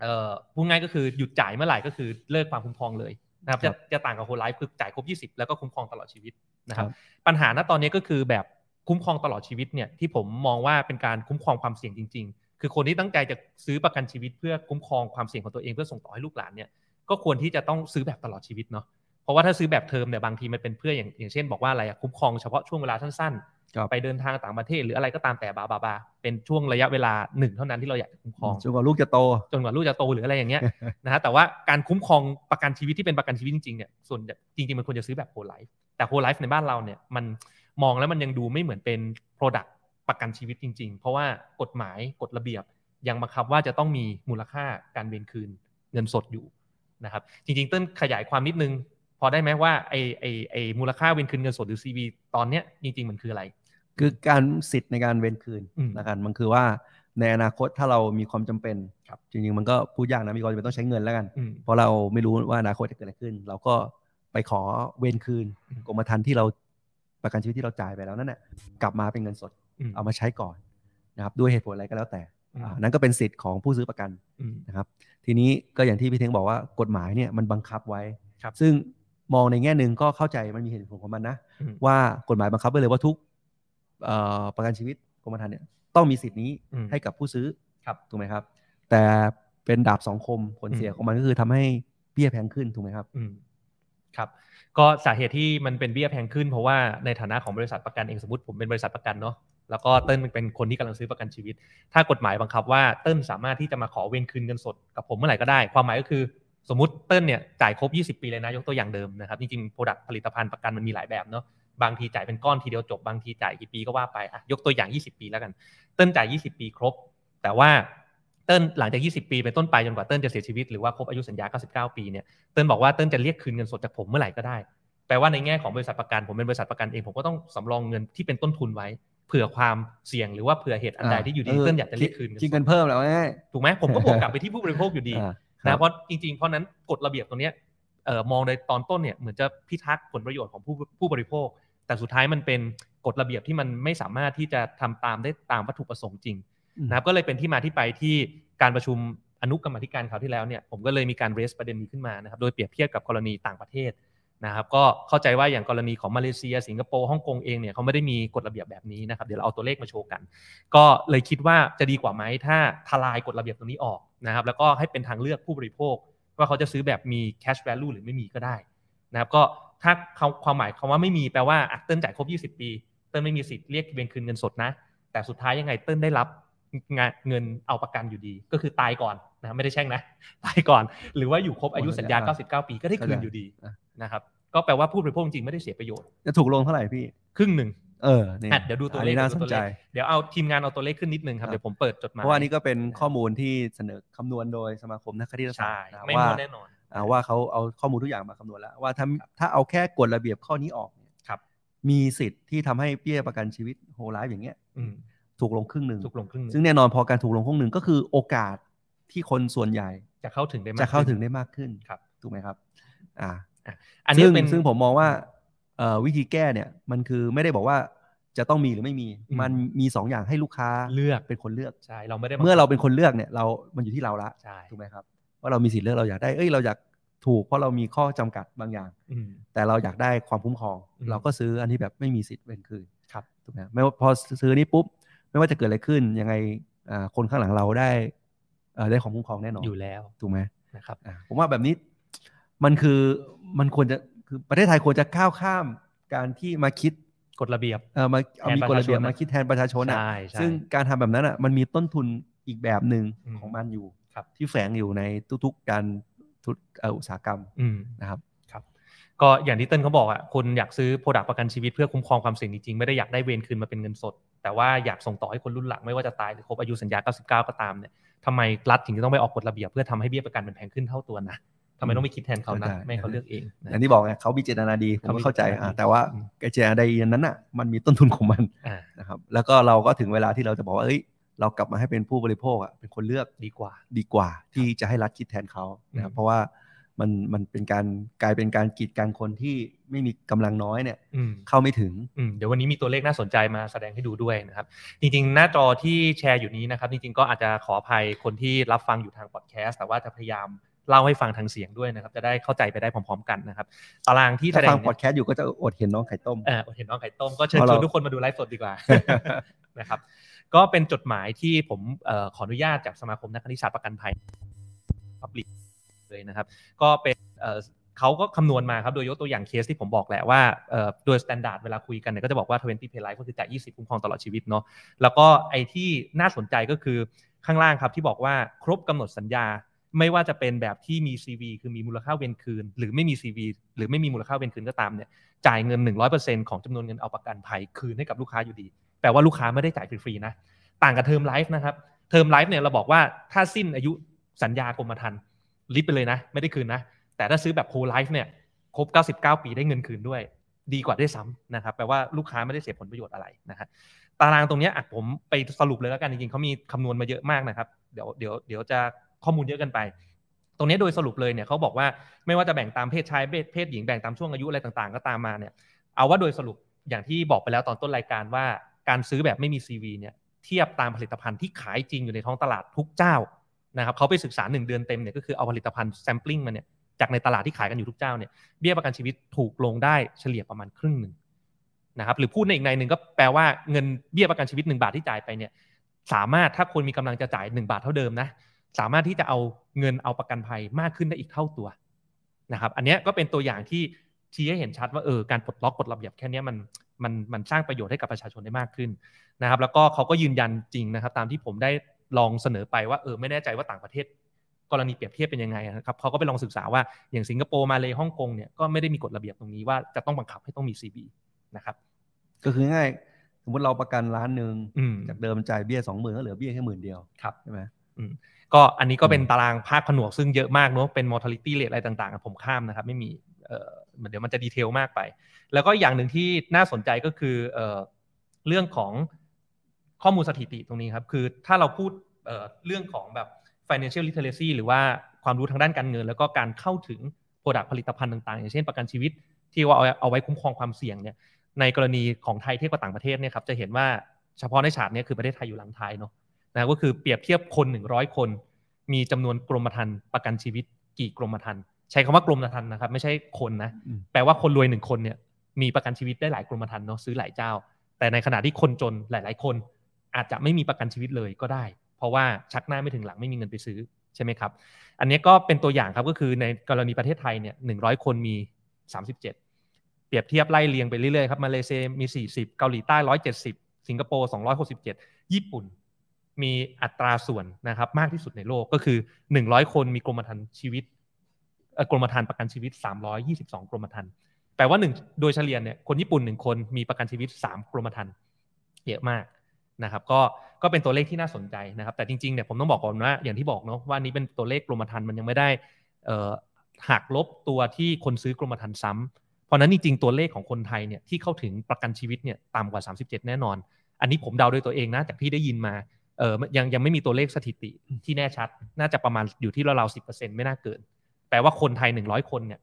Speaker 1: เอ่อพูดง่ายก็คือหยุดจ่ายเมื่อไหร่ก็คือเลิกความคุ้มครองเลยนะครับจะจะต่างกับโฮลไลฟ์คือจ่ายครบ 20 แล้วก็คุ้มครองตลอดชีวิตนะครับ ปัญหาณตอนนี้ก็คือแบบคุ้มครองตลอดชีวิตเนี่ยที่ผมมองว่าเป็นการคุ้มครองความเสี่ยงจริง ๆ คือคนที่ตั้งใจจะซื้อประกันชีวิต เพื่อคุ้มครองความเสี่ยงของตัวเองเพื่อส่งต่อให้ลูกหลานเนี่ยก็ควรที่จะต้องซื้อแบบตลอดชีวิตเนาะเพราะว่าถ้าซื้อแบบเทอมเนี่ยบางทีมันเป็นเพื่ออย่างอย่างเช่นบอกว่าอะไรอะคุ้มครองเฉพาะช่วงเวลาสั้นๆ
Speaker 2: ครับ
Speaker 1: ไปเดินทางต่างประเทศหรืออะไรก็ตามแต่บาบาบาเป็นช่วงระยะเวลาหนึ่งเท่านั้นที่เราอยากจะคุ้มครอง
Speaker 2: จนกว่าลูกจะโต
Speaker 1: จนกว่าลูกจะโตหรืออะไรอย่างเงี้ย
Speaker 2: [laughs]
Speaker 1: นะฮะแต่ว่าการคุ้มครองประกันชีวิตที่เป็นประกันชีวิตจริงๆเนี่ยส่วนจริงๆ มันควรจะซื้อแบบโ l ลไลฟ์แต่โ l ลไลฟ์ในบ้านเราเนี่ยมันมองแล้วมันยังดูไม่เหมือนเป็น Product ประกันชีวิตจริง ๆ เพราะว่ากฎหมายกฎระเบียบ ยังบังคับว่าจะต้องมีมูลค่าการเวนคืนเงินสดอยู่นะครับจริงๆเต้นขยายความนิดนึง พอได้ไหมว่าไอไอไอมูลค่าเวนคืนเงินสดหรือ CV ตอนเนี้ยจริงๆมันคืออะไร
Speaker 2: คือการสิทธิ์ในการเว้นคืน
Speaker 1: อืม
Speaker 2: ละกันมันคือว่าในอนาคตถ้าเรามีความจำเป็น
Speaker 1: ครับ
Speaker 2: จริงๆมันก็พูดยากนะมีความจำเป็นต้องใช้เงินแล้วกัน
Speaker 1: อืม
Speaker 2: เพราะเราไม่รู้ว่าอนาคตจะเกิดอะไรขึ้น เราก็ไปขอเวนคืน
Speaker 1: อืม
Speaker 2: กรมธรรม์ที่เราประกันชีวิตที่เราจ่ายไปแล้วนั่นแหละกลับมาเป็นเงินสด
Speaker 1: อืม
Speaker 2: เอามาใช้ก่อนนะครับด้วยเหตุผลอะไรก็แล้วแต่
Speaker 1: อืม
Speaker 2: อ่านั่นก็เป็นสิทธิ์ของผู้ซื้อประกัน
Speaker 1: อืม
Speaker 2: นะครับ ทีนี้ก็อย่างที่พี่เทงบอกว่ากฎหมายเนี่ยมันบังคับไว้
Speaker 1: ครับ
Speaker 2: ซึ่งมองในแง่หนึ่งก็เข้าใจมันมีเหตุผลของมันนะ
Speaker 1: อืม
Speaker 2: ว่ากฎหมายบังคับไว้เลยว่าทุกเอ่อประกันชีวิตกรมธรรม์เนี่ยต้องมีสิทธิ์นี้
Speaker 1: อืม
Speaker 2: ให้กับผู้ซื้อ
Speaker 1: ครับ
Speaker 2: ถูกไหมครับ แต่เป็นดาบสองคมผลเสีย
Speaker 1: อืม
Speaker 2: ของมันก็คือทำให้เบี้ยแพงขึ้นถูกไหมครับ
Speaker 1: อืมครับก็สาเหตุที่มันเป็นเบี้ยแพงขึ้น เพราะว่าในฐานะของบริษัทประกันเองสมมติผมเป็นบริษัทประกันเนาะแล้วก็เติ้ลเป็นคนที่กำลังซื้อประกันชีวิต ถ้ากฎหมายบังคับว่าเติ้ลสามารถที่จะมาขอเวนคืนเงินสดกับผมเมื่อไหร่ก็ได้ ความหมายก็คือสมมติเติ้ลเนี่ยจ่ายครบ 20 ปีเลยนะยกตัวอย่างเดิมนะครับจริงๆโปรดักผลิตภัณฑ์ประกันมันมีหลายแบบเนาะบางทีจ่ายเป็นก้อนทีเดียวจบบางทีจ่ายกี่ปีก็ว่าไปอ่ะยกตัวอย่าง 20 ปีแล้วกัน เติ้ลจ่าย 20 ปีครบ แต่ว่าเติ้ลหลังจาก 20 ปีเป็นต้นไปจนกว่าเติ้ลจะเสียชีวิตหรือว่าครบอายุสัญญา 99 ปีเนี่ย เติ้ลบอกว่าเติ้ลจะเรียกคืนเงินสดจากผมเมื่อไหร่ก็ได้ แปลว่าในแง่ของบริษัทประกัน ผมเป็นบริษัทประกันเองผมก็ต้องสำรองเงินที่เป็นต้นทุนไว้ เผื่อความเสี่ยงหรือว่าเผื่อเหตุอันใดที่อยู่ดีเติ้ลอยากจะเรียกคืนเงินส
Speaker 2: คิด
Speaker 1: ด
Speaker 2: เงินเพิ่มแล้วง่าย
Speaker 1: ถูกไหมผมก็บวกกลับไปที่ผู้บริโภคอยู่ดี
Speaker 2: อ่าค
Speaker 1: นะ
Speaker 2: บ
Speaker 1: เพราะจริงๆ เพราะนั้นกฎระเบียบตรงเนี้ยเอ่อมองในตอนต้นเนี่ยเหมือนจะพิทักษ์ผลประโยชน์ของผู้ผู้บริโภค แต่สุดท้ายมันเป็น กฎระเบียบที่มันไม่สามารถที่จะทำตามได้ตามวัตถุประสงค์จริง
Speaker 2: อืม
Speaker 1: นะครับก็เลยเป็นที่มาที่ไปที่การประชุมอนุกรรมาธิการคราวที่แล้วเนี่ยผมก็เลยมีการเรสประเด็นนี้ขึ้นมานะครับโดยเปรียบเทียบกับกรณีต่างประเทศนะครับก็เข้าใจว่าอย่างกรณีของมาเลเซีย สิงคโปร์ฮ่องกงเองเนี่ยเขาไม่ได้มีกฎระเบียบแบบนี้นะครับเดี๋ยวเราเอาตัวเลขมาโชว์กัน ก็เลยคิดว่าจะดีกว่าไหมถ้าทลายกฎระเบียบตรงนี้ออกนะครับแล้วก็ให้เป็นทางเลือกผู้บริโภค ว่าเขาจะซื้อแบบมี cash value หรือไม่มีก็ได้นะครับก็ถ้าเขาความหมายคำว่าไม่มีแปลว่าอ่ะเติ้ลจ่ายครบ 20 ปี เติ้ลไม่มีสิทธิ์เรียกเวนคืนเงินสดนะ แต่สุดท้ายยังไงเติ้ลได้รับงานเงินเอาประกันอยู่ดี ก็คือตายก่อนนะไม่ได้แช่งนะ [laughs] ตายก่อน หรือว่าอยู่ครบอายุสัญญา 99 ปีก็ได้คืนอยู่ดี
Speaker 2: อ่ะ
Speaker 1: นะครับก็แปลว่าผู้บริโภคจริงๆไม่ได้เสียประโยชน์
Speaker 2: จะถูกลงเท่าไหร่พี่
Speaker 1: ครึ่งหนึ่ง
Speaker 2: เออเนี่ย
Speaker 1: อ่ะเดี๋ยวดูตัวเลข
Speaker 2: อันนี้น่าสน
Speaker 1: เดี๋ยวดูตัวเลข
Speaker 2: ใจ
Speaker 1: เดี๋ยวเอาทีมงานเอาตัวเลขขึ้นนิดนึงครับ
Speaker 2: ครับ
Speaker 1: เดี๋ยวผมเปิดจดหมาย
Speaker 2: เพราะว่าอันนี้ก็เป็นข้อมูลที่เสนอคำนวณโดยสมาคมนักคณิตศาส
Speaker 1: ใช่
Speaker 2: ตร์นะครับ
Speaker 1: ไม่
Speaker 2: ว่า
Speaker 1: มั่วแน่นอน
Speaker 2: อ่าว่าเขาเอาข้อมูลทุกอย่างมาคำนวณแล้ว ว่าถ้าถ้าเอาแค่กฎระเบียบข้อนี้ออกเนี่ย
Speaker 1: ครับ
Speaker 2: มีสิทธิ์ที่ทำให้เบี้ยประกันชีวิตโฮลไลฟ์อย่างเงี้ย
Speaker 1: อืม
Speaker 2: ถูกลงครึ่งหนึ่ง
Speaker 1: ถูกลงครึ่งหนึ่ง
Speaker 2: ซึ่งแน่นอนพอการถูกลงครึ่งหนึ่งก็คือโอกาสที่คนส่วนใหญ่
Speaker 1: จะเข้าถึงได้มาก
Speaker 2: จะเข้าถึง
Speaker 1: ขึ้น
Speaker 2: ได้มากขึ้น
Speaker 1: ครับ
Speaker 2: ถูกไหมครับอ่า
Speaker 1: อันนี้
Speaker 2: ซึ่ง
Speaker 1: เป็น
Speaker 2: ซึ่งผมมองว่าเอ่อวิธีแก้เนี่ยมันคือไม่ได้บอกว่าจะต้องมีหรือไม่มี
Speaker 1: อืม
Speaker 2: มันมีสองอย่างให้ลูกค้า
Speaker 1: เลือก
Speaker 2: เป็นคนเลือก
Speaker 1: ใช่เราไม่ได้
Speaker 2: เมื่อเราเป็นคนเลือกเนี่ยเรา มันอยู่ที่เราละ
Speaker 1: ใช่
Speaker 2: ถูกไหมครับว่าเรามีสิทธิ์เลือกเราอยากได้เอ้ยเราอยากถูกเพราะเรามีข้อจำกัดบางอย่าง
Speaker 1: อืม
Speaker 2: แต่เราอยากได้ความคุ้มครอง
Speaker 1: อืม
Speaker 2: เราก็ซื้ออันที่แบบไม่มีสิทธิ์เป็นคืน
Speaker 1: ครับ
Speaker 2: ถูกไหมไม่ว่าพอซื้อนี้ปุ๊บไม่ว่าจะเกิดอะไรขึ้นยังไงอ่าคนข้างหลังเราได้เอ่อได้ความคุ้มครองแน่นอน
Speaker 1: อยู่แล้ว
Speaker 2: ถูกไหม
Speaker 1: นะครับ
Speaker 2: อ่ะผมว่าแบบนี้มันคือมันควรจะคือประเทศไทยควรจะก้าวข้ามการที่มาคิด
Speaker 1: กฎระเบียบ
Speaker 2: เออมาเอามี
Speaker 1: แทน
Speaker 2: ก
Speaker 1: ป
Speaker 2: ฎ
Speaker 1: ระชาชน
Speaker 2: ระเบียบ
Speaker 1: อะ
Speaker 2: มาคิดแทนประชาชนอ่ะ
Speaker 1: ใช่ใช่
Speaker 2: ซึ่งการทำแบบนั้นอ่ะมันมีต้นทุนอีกแบบหนึ่ง
Speaker 1: อืม
Speaker 2: ของมันอยู่
Speaker 1: ครับ
Speaker 2: ที่แฝงอยู่ในทุกๆการทุกเอ่ออุตสาหกรรม
Speaker 1: อืม
Speaker 2: นะครับ
Speaker 1: ก็อย่างที่เติ้ลเขาบอกอ่ะคนอยากซื้อโปรดักประกันชีวิตเพื่อคุ้มครองความเสี่ยงจริงๆ ไม่ได้อยากได้เวรคืนมาเป็นเงินสด แต่ว่าอยากส่งต่อให้คนรุ่นหลังไม่ว่าจะตายหรือครบอายุสัญญา 99 ก็ตามเนี่ยทำไมรัฐถึงจะต้องไปออกกฎระเบียบเพื่อทำให้เบี้ยประกันมันแพงขึ้นเท่าตัวนะทำไมต้องไปคิดแทนเขานะ
Speaker 2: เข้าใจ
Speaker 1: ไม่ให้เขาเลือกเองนะ
Speaker 2: อย่างที่บอกไงเขามีเจตนาดีผม
Speaker 1: เขามี
Speaker 2: ก็เข้าใจ
Speaker 1: เจตนาดี
Speaker 2: อ่ะแต่ว่า
Speaker 1: อืม
Speaker 2: ไอ้เจตนาดีนั้นอ่ะมันมีต้นทุนของมัน [laughs]
Speaker 1: อ่า
Speaker 2: นะครับแล้วก็เราก็ถึงเวลาที่เราจะบอกว่าเอ้ยเรากลับมาให้เป็นผู้บริโภคอ่ะเป็นคนเลือก
Speaker 1: ดีกว่า
Speaker 2: ดีกว่าที่จะให้รัฐคิดแทนเขานะครั
Speaker 1: อืม
Speaker 2: บเพราะว่ามันมันเป็นการกลายเป็นการกีดกันคนที่ไม่มีกำลังน้อยเนี่ย
Speaker 1: อืม
Speaker 2: เข้าไม่ถึง
Speaker 1: อืมเดี๋ยววันนี้มีตัวเลขน่าสนใจมาแสดงให้ดูด้วยนะครับ จริงๆ หน้าจอที่แชร์อยู่นี้นะครับ จริงๆ ก็อาจจะขออภัยคนที่รับฟังอยู่ทางพอดแคสต์แต่ว่าจะพยายามเล่าให้ฟังทางเสียงด้วยนะครับ จะได้เข้าใจไปได้พร้อม ๆ กันนะครับ ตารางที่แส
Speaker 2: ถ้า
Speaker 1: ดง
Speaker 2: ฟัง
Speaker 1: เนี่ย
Speaker 2: พอดแคสต์อยู่ก็จะอดเห็นน้องไข่ต้
Speaker 1: [laughs]
Speaker 2: ม
Speaker 1: เออเห็นน้องไข่ต้มก็เชิญ
Speaker 2: เพราะ
Speaker 1: ช
Speaker 2: เรา
Speaker 1: วนทุกคนมาดูไลฟ์สดดีกว่า นะครับ ก็เป็นจดหมายที่ผมเอ่อขออนุญาตจากสมาคมนักคณิตศาสตร์ประกันภัยพับลิกเลยนะครับ ก็เป็นเอ่อเขาก็คำนวณมาครับ โดยยกตัวอย่างเคสที่ผมบอกแหละว่าเอ่อโดยสแตนดาร์ดเวลาคุยกันเนี่ยก็จะบอกว่า 20 pay life ก็คือจ่าย20 คุ้มครองตลอดชีวิตเนาะ แล้วก็ไอ้ที่น่าสนใจก็คือข้างล่างครับที่บอกว่าครบกำหนดสัญญา ไม่ว่าจะเป็นแบบที่มี CV คือมีมูลค่าเวนคืน หรือไม่มี CV หรือไม่มีมูลค่าเวนคืนก็ตามเนี่ยจ่ายเงิน 100%ของจำนวนเงินเอาประกันภัยคืนให้กับลูกค้าอยู่ดี แปลว่าลูกค้าไม่ได้จ่ายฟรีๆนะ ต่างกับเทอมไลฟ์นะครับ เทอมไลฟ์เนี่ยเราบอกว่าถ้าสิ้นอายุสัญญากรมธรรม์ลิฟไปเลยนะ ไม่ได้คืนนะ แต่ถ้าซื้อแบบโ l ไลฟ์เนี่ยครบ 99 ปีได้เงินคืนด้วย ดีกว่าได้วยซ้ำนะครับแปลว่าลูกค้าไม่ได้เสียผลประโยชน์อะไรนะฮะตารางตรงเนี้ยอ่ะผมไปสรุปเลยแล้วกันจริงๆเขามีคำนวณมาเยอะมากนะครับเดี๋ยวเดี๋ยวเดี๋ยวจะข้อมูลเยอะเกันไป ตรงเนี้ยโดยสรุปเลยเนี่ยเขาบอกว่าไม่ว่าจะแบ่งตามเพศชายเพศเพศหญิงแบ่งตามช่วงอายุอะไรต่างๆ ก็ตามมาเนี่ย เอาว่าโดยสรุปอย่างที่บอกไปแล้วตอนต้นรายการว่าการซื้อแบบไม่มี CV เนี่ยเทียบตามผลิตภัณฑ์ที่ขายจริงอยู่ในท้องตลาดทุกเจ้านะครับเขาไปศึกษา 1 เดือนเต็มเนี่ยก็คือเอาผลิตภัณฑ์ sampling มาเนี่ยจากในตลาดที่ขายกันอยู่ทุกเจ้าเนี่ยเบี้ยประกันชีวิตถูกลงได้เฉลี่ยประมาณครึ่งหนึ่งนะครับหรือพูดในอีกในหนึ่งก็แปลว่าเงินเบี้ยประกันชีวิต 1 บาทที่จ่ายไปเนี่ยสามารถถ้าคนมีกำลังจะจ่าย 1 บาทเท่าเดิมนะ สามารถที่จะเอาเงินเอาประกันภัยมากขึ้นได้อีกเท่าตัวนะครับ อันเนี้ยก็เป็นตัวอย่างที่ชี้ให้เห็นชัดว่าเออการปลดล็อกกฎระเบียบแค่เนี้ยมันมันมันสร้างประโยชน์ให้กับประชาชนได้มากขึ้นนะครับ แล้วก็เขาก็ยืนยันจริงนะครับ ตามที่ผมได้ลองเสนอไปว่าเออไม่แน่ใจว่าต่างประเทศ กรณีเปรียบเทียบเป็นยังไงนะครับเขาก็ไปลองศึกษาว่าอย่างสิงคโปร์มาเลยฮ่องกงเนี่ยก็ไม่ได้มีกฎระเบียบตรงนี้ว่าจะต้องบังคับให้ต้องมี CB นะครับ
Speaker 2: ก็คือง่ายสมมติเราประกันล้านหนึ่ง
Speaker 1: อืม
Speaker 2: จากเดิมจ่ายเบี้ยสองหมื่นก็เหลือเบี้ยแค่หมื่นเดียว
Speaker 1: ครับ
Speaker 2: ใช่ไหม
Speaker 1: ก็อันนี้ก็เป็น
Speaker 2: อืม
Speaker 1: ตารางภาคผนวกซึ่งเยอะมากเนอะเป็น mortality rate อะไรต่างๆอะผมข้ามนะครับ ไม่มีเอ่อเดี๋ยวมันจะดีเทลมากไป แล้วก็อย่างหนึ่งที่น่าสนใจก็คือเอ่อเรื่องของข้อมูลสถิติตรงนี้ครับ คือถ้าเราพูดเอ่อเรื่องของแบบ financial literacy หรือว่าความรู้ทางด้านการเงิน แล้วก็การเข้าถึง product ผลิตภัณฑ์ต่างๆ อย่างเช่นประกันชีวิตที่ว่าเอาเอาไว้คุ้มครองความเสี่ยงเนี่ย ในกรณีของไทยเทียบกับต่างประเทศเนี่ยครับจะเห็นว่าเฉพาะในฉากเนี่ยคือประเทศไทยอยู่หลังท้ายเนาะนะก็คือเปรียบเทียบคน 100 คน มีจำนวนกรมธรรม์ประกันชีวิต กี่กรมธรรม์ใช้คำว่ากรมธรรม์นะครับไม่ใช่คนนะ
Speaker 2: อืม
Speaker 1: แปลว่าคนรวยหนึ่งคนเนี่ยมีประกันชีวิตได้หลายกรมธรรม์เนาะซื้อหลายเจ้า แต่ในขณะที่คนจนหลาย ๆ คน อาจจะไม่มีประกันชีวิตเลยก็ได้ เพราะว่าชักหน้าไม่ถึงหลังไม่มีเงินไปซื้อใช่ไหมครับ อันนี้ก็เป็นตัวอย่างครับก็คือในกรณีประเทศไทยเนี่ยหนึ่งร้อยคนมีสามสิบเจ็ดเปรียบเทียบไล่เรียงไปเรื่อยๆครับมาเลเซียมีสี่สิบเกาหลีใต้ร้อยเจ็ดสิบสิงคโปร์สองร้อยหกสิบเจ็ดญี่ปุ่น มีอัตราส่วนนะครับมากที่สุดในโลกก็คือหนึ่งร้อยคนมีกรมธรรม์ชีวิตเอ่อกรมธรรม์ประกันชีวิตสามร้อยยี่สิบสองกรมธรรม์ แปลว่าหนึ่งโดยเฉลี่ยเนี่ยคนญี่ปุ่นหนึ่งคนมีประกันชีวิต 3 กรมธรรม์เยอะมากนะครับก็ก็เป็นตัวเลขที่น่าสนใจนะครับ แต่จริงๆเนี่ยผมต้องบอกก่อนว่าอย่างที่บอกเนาะว่านี้เป็นตัวเลขกรมธรรม์มันยังไม่ได้เอ่อหักลบตัวที่คนซื้อกรมธรรม์ซ้ำเพราะฉะนั้นจริงๆตัวเลขของคนไทยเนี่ยที่เข้าถึงประกันชีวิตเนี่ยต่ำกว่า 37 แน่นอน อันนี้ผมเดาด้วยตัวเองนะจากที่ได้ยินมาเออยังยังไม่มีตัวเลขสถิติที่แน่ชัด น่าจะประมาณอยู่ที่ราวๆสิไม่น่าเกิน แปลว่าคนไทย 100 คนเนี่ย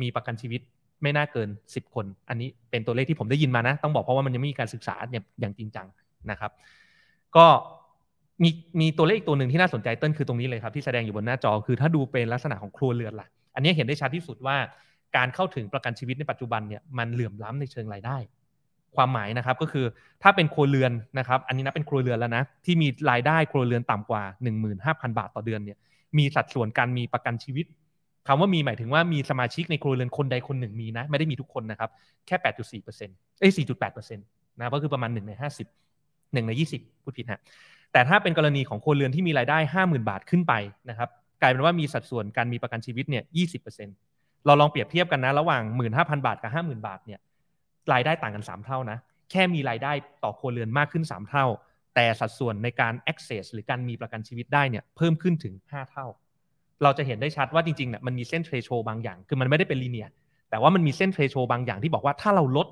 Speaker 1: มีประกันชีวิตไม่น่าเกิน 10 คน อันนี้เป็นตัวเลขที่ผมได้ยินมานะ ต้องบอกเพราะว่ามันยังไม่มีการศึกษาอย่างอย่างจริงจังนะครับ ก็มีมีตัวเลขอีกตัวหนึ่งที่น่าสนใจเต้นคือตรงนี้เลยครับ ที่แสดงอยู่บนหน้าจอคือถ้าดูเป็นลักษณะของครัวเรือนล่ะ อันนี้เห็นได้ชัดที่สุดว่าการเข้าถึงประกันชีวิตในปัจจุบันเนี่ยมันเหลื่อมล้ำในเชิงรายได้ ความหมายนะครับก็คือถ้าเป็นครัวเรือนนะครับ อันนี้นับเป็นครัวเรือนแล้วนะที่มีรายได้ครัวเรือนต่ำกว่า 15,000 บาทต่อเดือนเนี่ย มีสัดส่วนการมีประกันชีวิตคำว่ามีหมายถึงว่ามีสมาชิกในครัวเรือนคนใดคนหนึ่งมีนะ ไม่ได้มีทุกคนนะครับ แค่ 8.4เปอร์เซ็นต์เอ้ย4.8เปอร์เซ็นต์นะก็คือประมาณ 1 ใน 50 1 ใน 20 พูดผิดฮะแต่ถ้าเป็นกรณีของครัวเรือนที่มีรายได้ 50,000 บาทขึ้นไปนะครับกลายเป็นว่ามีสัดส่วนการมีประกันชีวิตเนี่ย20เปอร์เซ็นต์เราลองเปรียบเทียบกันนะ ระหว่าง 15,000 บาทกับ 50,000 บาทเนี่ยรายได้ต่างกัน 3 เท่านะแค่มีรายได้ต่อครัวเรือนมากขึ้น 3 เท่า แต่สัดส่วนในการ access หรือการมีประกันชีวิตได้เนี่ยเพิ่มขึ้นถึง 5 เท่า เราจะเห็นได้ชัดว่าจริงๆเนี่ยมันมีเส้นเทรโชบางอย่าง คือมันไม่ได้เป็นลีเนียแต่ว่ามันมีเส้นเทรโชบางอย่างที่บอกว่าถ้าเราลด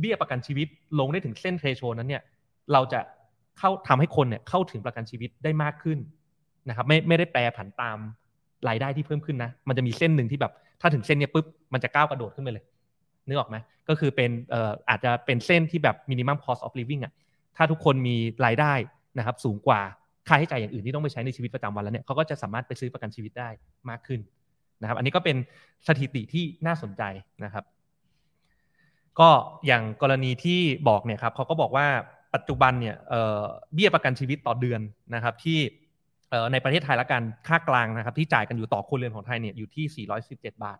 Speaker 1: เบี้ยประกันชีวิตลงได้ถึงเส้นเทรโชนั้นเนี่ยเราจะเข้าทำให้คนเนี่ยเข้าถึงประกันชีวิตได้มากขึ้นนะครับไม่ไม่ได้แปรผันตามรายได้ที่เพิ่มขึ้นนะมันจะมีเส้นหนึ่งที่แบบถ้าถึงเส้นเนี่ยปุ๊บมันจะก้าวกระโดดขึ้นไปเลยนึกออกไหมก็คือเป็นเอ่ออาจจะเป็นเส้นที่แบบ minimum cost of living อะ ถ้าทุกคนมีรายได้นะครับสูงกว่าค่าใช้จ่ายอย่างอื่นที่ต้องไปใช้ในชีวิตประจำวันแล้วเนี่ยเขาก็จะสามารถไปซื้อประกันชีวิตได้มากขึ้นนะครับ อันนี้ก็เป็นสถิติที่น่าสนใจนะครับ ก็อย่างกรณีที่บอกเนี่ยครับเขาก็บอกว่าปัจจุบันเนี่ยเอ่อเบี้ยประกันชีวิตต่อเดือนนะครับ ที่เอ่อในประเทศไทยละกันค่ากลางนะครับ ที่จ่ายกันอยู่ต่อคนเรือนของไทยเนี่ยอยู่ที่ 417 บาท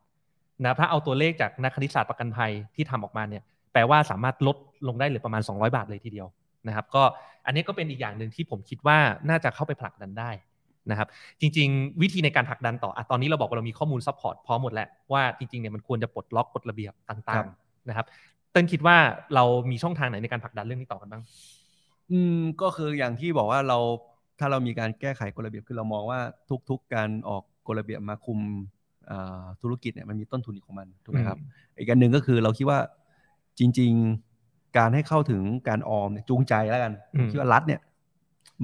Speaker 1: นะครับถ้าเอาตัวเลขจากนักคณิตศาสตร์ประกันภัยที่ทำออกมาเนี่ยแปลว่าสามารถลดลงได้เหลือประมาณ 200 บาทเลยทีเดียว นะครับก็อันนี้ก็เป็นอีกอย่างหนึ่งที่ผมคิดว่าน่าจะเข้าไปผลักดันได้นะครับจริงๆ วิธีในการผลักดันต่ออะตอนนี้เราบอกว่าเรามีข้อมูลซัพพอร์ตพร้อมหมดแล้วว่าจริงๆเนี่ยมันควรจะปลดล็อกกฎระเบียบต่า
Speaker 2: ครั
Speaker 1: ง
Speaker 2: บ
Speaker 1: ๆนะครับเต้นคิดว่าเรามีช่องทางไหนในการผลักดันเรื่องนี้ต่อกันบ้าง
Speaker 2: อืมก็คืออย่างที่บอกว่าเราถ้าเรามีการแก้ไขกฎระเบียบคือเรามองว่าทุกๆการออกกฎระเบียบมาคุมอ่าธุรกิจเนี่ยมันมีต้นทุนของมันถูกไหมครับอีกอันหนึ่งก็คือเราคิดว่าจริง ๆการให้เข้าถึงการออมเนี่ยจูงใจแล้วกัน
Speaker 1: อืม
Speaker 2: คิดว่ารัฐเนี่ย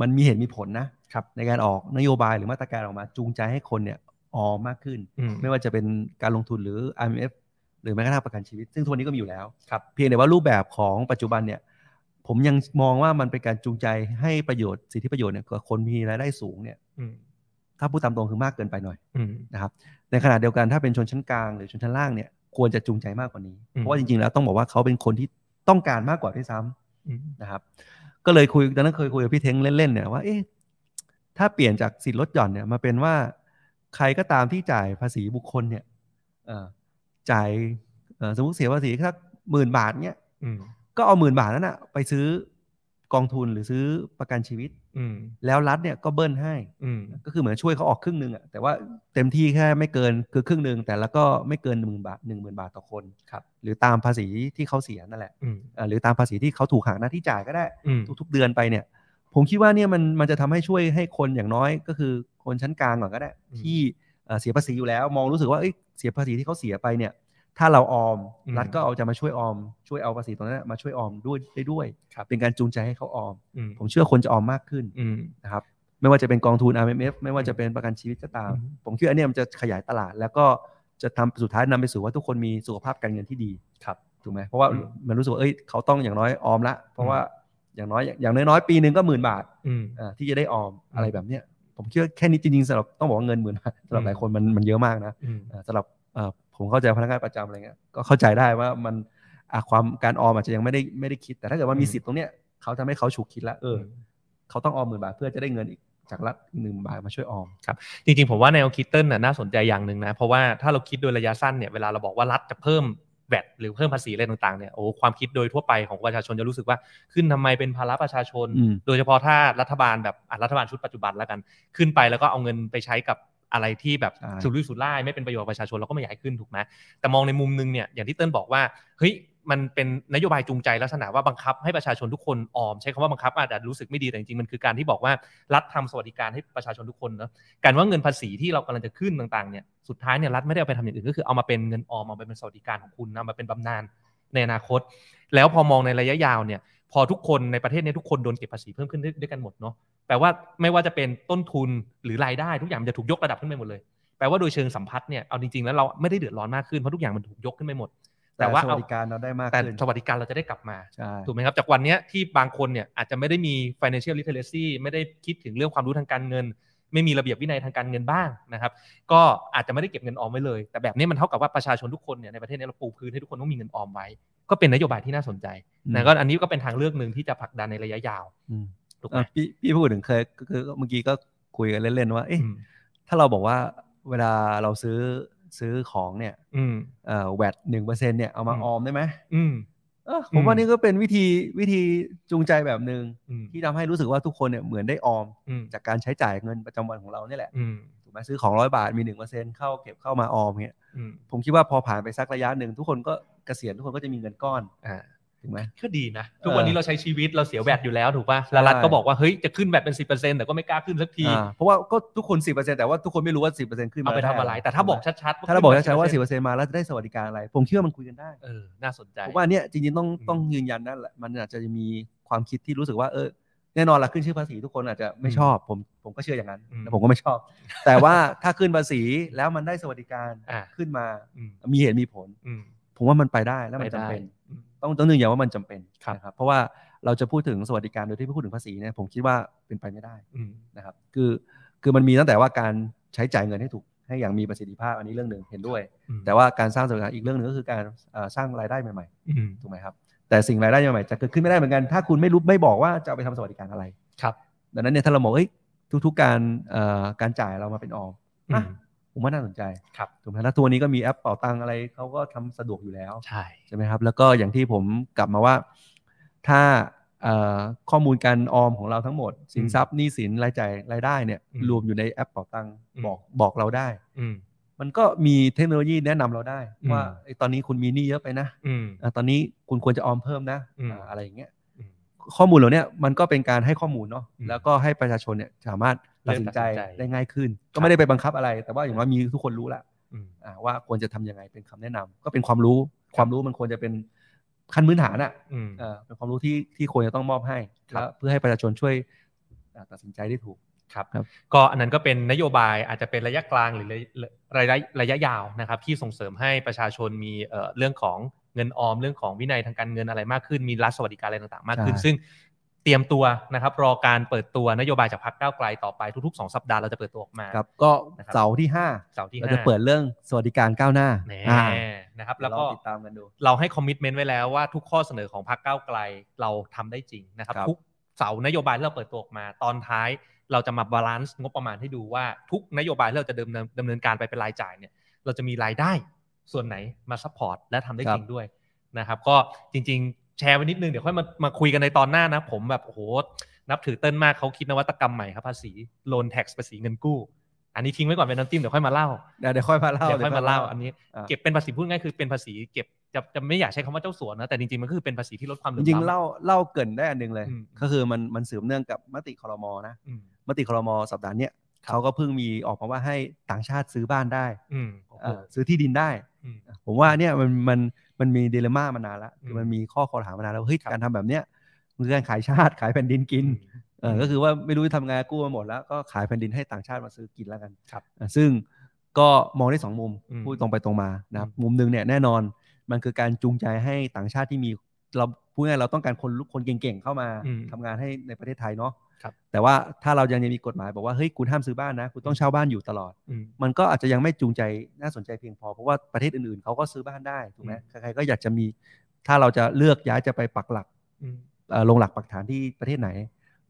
Speaker 2: มันมีเหตุมีผลนะครับ ในการออกนโยบายหรือมาตรการออกมาจูงใจให้คนเนี่ยออมมากขึ้น
Speaker 1: อืม
Speaker 2: ไม่ว่าจะเป็นการลงทุนหรือ IMF หรือแม้กระทั่งประกันชีวิต ซึ่งทุกวันนี้ก็มีอยู่แล้ว
Speaker 1: ครับ
Speaker 2: เพียงแต่ว่ารูปแบบของปัจจุบันเนี่ย ผมยังมองว่ามันเป็นการจูงใจให้ประโยชน์สิทธิประโยชน์เนี่ยกับคนมีรายได้สูงเนี่ย
Speaker 1: อืม
Speaker 2: ถ้าพูดตามตรงคือมากเกินไปหน่อย
Speaker 1: อืม
Speaker 2: นะครับ ในขณะเดียวกันถ้าเป็นชนชั้นกลางหรือชนชั้นล่างเนี่ยควรจะจูงใจมากกว่านี้
Speaker 1: อืม
Speaker 2: เพราะว่าจริงๆแล้วต้องบอกว่าเขาเป็นคนที่ต้องการมากกว่าด้วยซ้ำ
Speaker 1: อืม
Speaker 2: นะครับก็เลยคุยตอนนั้นเคยคุยกับพี่เท้งเล่นๆเนี่ยว่าเอ๊ะถ้าเปลี่ยนจากสิทธิ์ลดหย่อนเนี่ยมาเป็นว่าใครก็ตามที่จ่ายภาษีบุคคลเนี่ยเอ่อจ่ายเอ่อสมมติเสียภาษีสักหมื่นบาทเนี่ย
Speaker 1: อืม
Speaker 2: ก็เอาหมื่นบาทนั้นนะไปซื้อกองทุนหรือซื้อประกันชีวิต
Speaker 1: อืม
Speaker 2: แล้วรัฐเนี่ยก็เบิ้ลให้
Speaker 1: อืม
Speaker 2: ก็คือเหมือนช่วยเขาออกครึ่งหนึ่งอะแต่ว่าเต็มที่แค่ไม่เกินคือครึ่งหนึ่งแต่แล้วก็ไม่เกินหนึ่งบาทหนึ่งหมื่นบาทต่อคน
Speaker 1: ครับ
Speaker 2: หรือตามภาษีที่เขาเสียนั่นแหละ
Speaker 1: อืม
Speaker 2: เอ่อหรือตามภาษีที่เขาถูกหักหน้าที่จ่ายก็ได้
Speaker 1: อืม
Speaker 2: ทุกๆเดือนไปเนี่ย ผมคิดว่าเนี่ยมันมันจะทำให้ช่วยให้คนอย่างน้อยก็คือคนชั้นกลางก่อนก็ได้ ที่เอ่อเสียภาษีอยู่แล้ว มองรู้สึกว่าเอ้ยเสียภาษีที่เขาเสียไปเนี่ย ถ้าเราออม
Speaker 1: อืม
Speaker 2: รัฐก็เอาจะมาช่วยออม ช่วยเอาภาษีตรงนั้นนะมาช่วยออมด้วยได้ด้วย
Speaker 1: ครับ
Speaker 2: เป็นการจูงใจให้เขาออม
Speaker 1: อืม
Speaker 2: ผมเชื่อคนจะออมมากขึ้น
Speaker 1: อืม
Speaker 2: นะครับ ไม่ว่าจะเป็นกองทุน RMF ไม่ว่าจะเป็นประกันชีวิตก็ตาม
Speaker 1: อืม
Speaker 2: ผมคิดว่าอันเนี้ยมันจะขยายตลาด แล้วก็จะทำสุดท้ายนำไปสู่ว่าทุกคนมีสุขภาพการเงินที่ดี
Speaker 1: ครับ
Speaker 2: ถูกไหมเพราะว่า
Speaker 1: อืม
Speaker 2: มันรู้สึกว่าเอ้ยเขาต้องอย่างน้อยออมละ เพ
Speaker 1: อื
Speaker 2: ราะ
Speaker 1: ม
Speaker 2: ว่าอย่างน้อยอย่างน้อยๆปีหนึ่งก็หมื่นบาท
Speaker 1: อืม
Speaker 2: อ่าที่จะได้ออมอะไรแบบเนี้ยผมเชื่อแค่นี้จริงๆสำหรับต้องบอกว่าเงินหมื่น [laughs] สำหรับหลายคนมันมันเยอะมากนะ
Speaker 1: อืม
Speaker 2: เอ่อสำหรับเอ่อผมเข้าใจพนักงานประจำอะไรเงี้ยก็เข้าใจได้ว่ามันอ่ะความการออมอาจจะยังไม่ได้ไม่ได้คิด แต่ถ้าเกิดว่ามี
Speaker 1: อืม
Speaker 2: สิทธิ์ตรงเนี้ยเขาทำให้เขาฉุกคิดละเออเขาต้องออมหมื่นบาทเพื่อจะได้เงินอีกจากรัฐหนึ่งบาทมาช่วยออม
Speaker 1: จริงๆ ผมว่าแนวคิดเติ้ลน่ะน่าสนใจอย่างหนึ่งนะ เพราะว่าถ้าเราคิดโดยระยะสั้นเนี่ยเวลาเราบอกว่ารัฐจะเพิ่มแวดหรือเพิ่มภาษีอะไรต่างๆเนี่ยโอ้ความคิดโดยทั่วไปของประชาชนจะรู้สึกว่าขึ้นทำไมเป็นภาระประชาชน
Speaker 2: อืม
Speaker 1: โดยเฉพาะถ้ารัฐบาลแบบอ่ะรัฐบาลชุดปัจจุบันแล้วกันขึ้นไปแล้วก็เอาเงินไปใช้กับอะไรที่แบบ
Speaker 2: ใช่
Speaker 1: สุรุ่ยสุร่ายไม่เป็นประโยชน์กับประชาชนเราก็ไม่อยากให้ขึ้นถูกไหมแต่มองในมุมนึงเนี่ยอย่างที่เติ้ลบอกว่าเฮ้ยมันเป็นนโยบายจูงใจลักษณะว่าบังคับให้ประชาชนทุกคนออม ใช้คำว่าบังคับอาจจะรู้สึกไม่ดีแต่จริงๆมันคือการที่บอกว่ารัฐทำสวัสดิการให้ประชาชนทุกคนเนอะการว่าเงินภาษีที่เรากำลังจะขึ้นต่างๆเนี่ยสุดท้ายเนี่ยรัฐไม่ได้เอาไปทำอย่างอื่นก็คือเอามาเป็นเงินออมเอาไปเป็นสวัสดิการของคุณนะเอามาเป็นบำนาญในอนาคต แล้วพอมองในระยะยาวเนี่ย พอทุกคนในประเทศเนี้ทุกคนโดนเก็บภาษีเพิ่มขึ้นด้วยด้วยกันหมดเนาะแปลว่าไม่ว่าจะเป็นต้นทุนหรือรายได้ทุกอย่างมันจะถูกยกระดับขึ้นไปหมดเลยแปลว่าโดยเชิงสัมพัทธ์เนี่ยเอาจริงๆแล้วเราไม่ได้เดือดร้อนมากขึ้นเพราะทุกอย่างมันถูกยกขึ้นไปหมด แต่ว่า
Speaker 2: ส
Speaker 1: เอ
Speaker 2: วัสดิการเราได้มาก
Speaker 1: แต่
Speaker 2: ขึ้น
Speaker 1: สวัสดิการเราจะได้กลับมา
Speaker 2: ใช่
Speaker 1: ถูกไหมครับจากวันเนี้ยที่บางคนเนี่ยอาจจะไม่ได้มี financial literacy ไม่ได้คิดถึงเรื่องความรู้ทางการเงิน ไม่มีระเบียบวินัยทางการเงินบ้างนะครับ ก็อาจจะไม่ได้เก็บเงินออมไว้เลย แต่แบบนี้มันเท่ากับว่าประชาชนทุกคนเนี่ยในประเทศเนี้เราปูพื้นให้ทุกคนต้องมีเงินออมไว้ ก็เป็นนโยบายที่น่าสนใจนะก็อันนี้ก็เป็นทางเลือกหนึ่งที่จะผลักดันในระยะยาว
Speaker 2: อืม
Speaker 1: ถูกไห
Speaker 2: เอ่
Speaker 1: ม
Speaker 2: อพี่พี่พูดถึงเคยก็คือเมื่อกี้ก็คุยกันเล่นๆว่าเอ๊ะ
Speaker 1: อืม
Speaker 2: ถ้าเราบอกว่าเวลาเราซื้อซื้อของเนี่ย
Speaker 1: อืม
Speaker 2: เอ่อแวดหนึ่งเปอร์เซ็นเนี่ยเอามา
Speaker 1: อืม
Speaker 2: ออมได้ไหม
Speaker 1: อืม
Speaker 2: เออผมว่า
Speaker 1: อืม
Speaker 2: นี่ก็เป็นวิธีวิธีจูงใจแบบหนึ่ง
Speaker 1: อืม
Speaker 2: ที่ทำให้รู้สึกว่าทุกคนเนี่ยเหมือนได้ออม
Speaker 1: อืม
Speaker 2: จากการใช้จ่ายเงินประจำวันของเราเนี่ยแหละ
Speaker 1: อืม
Speaker 2: ถูกไหมซื้อของร้อยบาทมีหนึ่งเปอร์เซ็นเข้าเก็บเข้ามาออมเงี้ย
Speaker 1: อืม
Speaker 2: ผมคิดว่าพอผ่านไปสักระยะหนึ่งทุกคนก็เกษียณทุกคนก็จะมีเงินก้อน
Speaker 1: อ่า
Speaker 2: ถูกไหม
Speaker 1: ก็ดีนะ ทุกวันนี้
Speaker 2: เออ
Speaker 1: เราใช้ชีวิตเราเสียแบตอยู่แล้วถูกป่ะแล้วรัฐก็บอกว่าเฮ้ยจะขึ้นแบตเป็นสิแต่ก็ไม่กล้าขึ้นสักที
Speaker 2: อ่าเพราะว่าก็ทุกคนสิบเปอร์เซ็นแต่ว่าทุกคนไม่รู้ว่าสิบเปอร์เซ็นขึ้นมา
Speaker 1: เอาไปทำอะไร แต่ถ้าบอกชัดๆ
Speaker 2: ถ้าเราบอกชัดๆว่าสิ
Speaker 1: ขึ้
Speaker 2: บ
Speaker 1: นม
Speaker 2: เปอร์เซ็นมาแล้วจะได้สวัสดิการอะไร ผมเชื่อมันคุยกันได้
Speaker 1: เออน่าสนใจ
Speaker 2: ผมว่าเนี่ยจริงๆต้อง
Speaker 1: อืม
Speaker 2: ต้องยืนยันนั่นแหละมันอาจจะมีความคิดที่รู้สึกว่าเออแน่นอนละขึ้นชื่อภาษีทุกคนอาจจะไม่ชอบผมผมก็เชื่ออย่างนั้นแต่ผมก็ไม่ชอบ [laughs] แต่ว่าถ้าขึ้นภาษีแล้วมันได้สวัสดิการ
Speaker 1: อ่า
Speaker 2: ขึ้นมา
Speaker 1: อืม
Speaker 2: มีเหตุมีผล
Speaker 1: อืม
Speaker 2: ผมว่ามันไปได้แล้วมัน
Speaker 1: ไได้
Speaker 2: จำเป็น
Speaker 1: อืม
Speaker 2: ต้องต้องนึกอย่างว่ามันจำเป็น
Speaker 1: ครับ
Speaker 2: นะครับเพราะว่าเราจะพูดถึงสวัสดิการโดยที่ไม่พูดถึงภาษีเนี่ยผมคิดว่าเป็นไปไม่ได้
Speaker 1: อืม
Speaker 2: นะครับคือคือมันมีตั้งแต่ว่าการใช้จ่ายเงินให้ถูกให้อย่างมีประสิทธิภาพอันนี้เรื่องหนึ่งเห็นด้วย แต่ว่าการสร้างสวัสดิการอีกเรื่องหนึ่งก็คือการเอ่อสร้างรายได้ใหม่
Speaker 1: อืม
Speaker 2: ๆถูกไหมครับแต่สิ่งรายได้ใหม่ๆจะเกิดขึ้นไม่ได้เหมือนกัน ถ้าคุณไม่รู้ไม่บอกว่าจะเอาไปทำสวัสดิการอะไร
Speaker 1: ครับ
Speaker 2: ดังนั้นเนี่ยถ้าเราบอกเอ้ยทุกๆการเอ่อการจ่ายเรามาเป็นออม
Speaker 1: อื
Speaker 2: อ่ะ
Speaker 1: ม
Speaker 2: ผมว่าน่าสนใจ
Speaker 1: ครับ
Speaker 2: ถูกไหมแล้วตัวนี้ก็มีแอปเป่าตังอะไรเขาก็ทำสะดวกอยู่แล้ว
Speaker 1: ใช่
Speaker 2: ใช่ไหมครับ แล้วก็อย่างที่ผมกลับมาว่า ถ้าเอ่อข้อมูลการออมของเราทั้งหมด สินทรัพย์หนี้สินรายจ่ายรายได้เนี่ยรวมอยู่ในแอปเป่าตังบอกบอกเราได้
Speaker 1: อืม
Speaker 2: มันก็มีเทคโนโลยีแนะนำเราได้
Speaker 1: อืม
Speaker 2: ว่าเอ้ยตอนนี้คุณมีหนี้เยอะไปนะ
Speaker 1: อืม
Speaker 2: อ่ะตอนนี้คุณควรจะออมเพิ่มนะ
Speaker 1: อืม
Speaker 2: อ่ะอะไรอย่างเงี้ย
Speaker 1: อืม
Speaker 2: ข้อมูลเหล่าเนี้ยมันก็เป็นการให้ข้อมูลเนาะ
Speaker 1: อืม
Speaker 2: แล้วก็ให้ประชาชนเนี่ยสามารถตัดสินใจ
Speaker 1: เลือกตัดสินใจ
Speaker 2: ได้ง่ายขึ้น
Speaker 1: ครั
Speaker 2: ก็
Speaker 1: บ
Speaker 2: ไม่ได้ไปบังคับอะไร แต่ว่าอย่างน้อยมีทุกคนรู้ละ
Speaker 1: อืม
Speaker 2: อ่าว่าควรจะทำยังไงเป็นคำแนะนำก็เป็นความรู้ความรู้มันควรจะเป็นขั้นพื้นฐานอ่ะ
Speaker 1: อืม
Speaker 2: เอ่อเป็นความรู้ที่ที่ควรจะต้องมอบให้
Speaker 1: ครับ
Speaker 2: และเพื่อให้ประชาชนช่วยอ่าตัดสินใจได้ถูก
Speaker 1: ครับ
Speaker 2: ครับ
Speaker 1: ก็อันนั้นก็เป็นนโยบายอาจจะเป็นระยะกลางหรือระยะระยะยาวนะครับที่ส่งเสริมให้ประชาชนมีเอ่อเรื่องของเงินออมเรื่องของวินัยทางการเงินอะไรมากขึ้น มีรัฐสวัสดิการอะไรต่างๆ มากขึ้น
Speaker 2: ใช่
Speaker 1: ซึ่งเตรียมตัวนะครับ รอการเปิดตัวนโยบายจากพรรคก้าวไกลต่อไปทุกๆ 2 สัปดาห์เราจะเปิดตัวออกมา
Speaker 2: ครับก็
Speaker 1: นะครับ
Speaker 2: เสาร์ที่
Speaker 1: เสาร์
Speaker 2: 5
Speaker 1: ที่
Speaker 2: เรา
Speaker 1: ห้า
Speaker 2: จะเปิดเรื่องสวัสดิการก้าวหน้า
Speaker 1: แน่
Speaker 2: อ่า
Speaker 1: นะครับแล้ว
Speaker 2: เรา
Speaker 1: ก็
Speaker 2: ติดตามกันดู
Speaker 1: เราให้คอมมิชเมนต์ไว้แล้วว่าทุกข้อเสนอของพรรคก้าวไกลเราทำได้จริงนะครับ
Speaker 2: ครับ
Speaker 1: ทุกเสานโยบายที่เราเปิดตัวออกมาตอนท้าย เราจะมาบาลานซ์งบประมาณให้ดูว่าทุกนโยบายที่เราจะดำเนินดำเนินการไปเป็นรายจ่ายเนี่ยเราจะมีรายได้ส่วนไหนมาซัพพอร์ตและทำได้
Speaker 2: ค
Speaker 1: จ
Speaker 2: รับ
Speaker 1: ริงด้วยนะครับก็จริงๆ แชร์ไว้นิดนึงเดี๋ยวค่อยมามาคุยกันในตอนหน้านะ ผมแบบโอ้โหนับถือเต้นมากเขาคิดนวัตกรรมใหม่ครับภาษีโลนแท็กภาษีเงินกู้ อันนี้ทิ้งไว้ก่อนเป็นน้ำจิ้มเดี๋ยวค่อยมาเล่า
Speaker 2: เดี๋ยวเดี๋ยวค่อยมาเล่า
Speaker 1: เดี๋ยวค่อยมาเล่าอันนี้
Speaker 2: อ่า
Speaker 1: เก็บเป็นภาษีพูดง่ายคือเป็นภาษีเก็บจะจะไม่อยากใช้คำว่าเจ้าสัวนะแต่จริงๆมันคือเป็นภาษีที่ลดความเห
Speaker 2: จ
Speaker 1: ลื่อม
Speaker 2: ริงๆ
Speaker 1: ล้ำ
Speaker 2: เล่าเล่าเกรินได้อันหนึงเลย
Speaker 1: อืม
Speaker 2: ก็คือมันมันสืบเนื่องกับมติคอรมอนะ
Speaker 1: อืม
Speaker 2: มติคอรมอสัปดาห์เนี้ยเขาก็เพิ่งมีออกมาว่าให้ต่างชาติซื้อบ้านได้
Speaker 1: อืมโอ้โห
Speaker 2: อ่าซื้อที่ดินได้
Speaker 1: อืม
Speaker 2: ผมว่าเนี่ยมันมันมันมีเดลม่ามานานแล้ว
Speaker 1: อืม
Speaker 2: มันมีข้อคอรหามานานแล้วเฮ้ย
Speaker 1: ครับ
Speaker 2: การทำแบบเนี้ยมันคือการขายชาติขายแผ่นดินกิน
Speaker 1: อืม
Speaker 2: เอออ
Speaker 1: ม
Speaker 2: ก็คือว่าไม่รู้จะทำไงกู้มาหมดแล้วก็ขายแผ่นดินให้ต่างชาติมาซื้อกินแล้วกัน
Speaker 1: ครับ
Speaker 2: อ่ะซึ่งก็มองได้สองมุม
Speaker 1: อืม
Speaker 2: พูดตรงไปตรงมานะครับ
Speaker 1: อืม
Speaker 2: มุมหนึ่งเนี่ยแน่นอน มันคือการจูงใจให้ต่างชาติที่มีเราพูดง่ายๆเราต้องการคนลุกคนเก่งๆเข้ามา
Speaker 1: อืม
Speaker 2: ทำงานให้ในประเทศไทยเนาะ
Speaker 1: ครับ
Speaker 2: แต่ว่าถ้าเรายังมีกฎหมายบอกว่าเฮ้ยคุณห้ามซื้อบ้านนะคุณต้องเช่าบ้านอยู่ตลอด
Speaker 1: อืม
Speaker 2: มันก็อาจจะยังไม่จูงใจน่าสนใจเพียงพอ เพราะว่าประเทศอื่นๆเขาก็ซื้อบ้านได้ถูกไหม
Speaker 1: อืม
Speaker 2: ใครๆก็อยากจะมีถ้าเราจะเลือกย้ายจะไปปักหลัก
Speaker 1: อืม
Speaker 2: เอ่อลงหลักปักฐานที่ประเทศไหน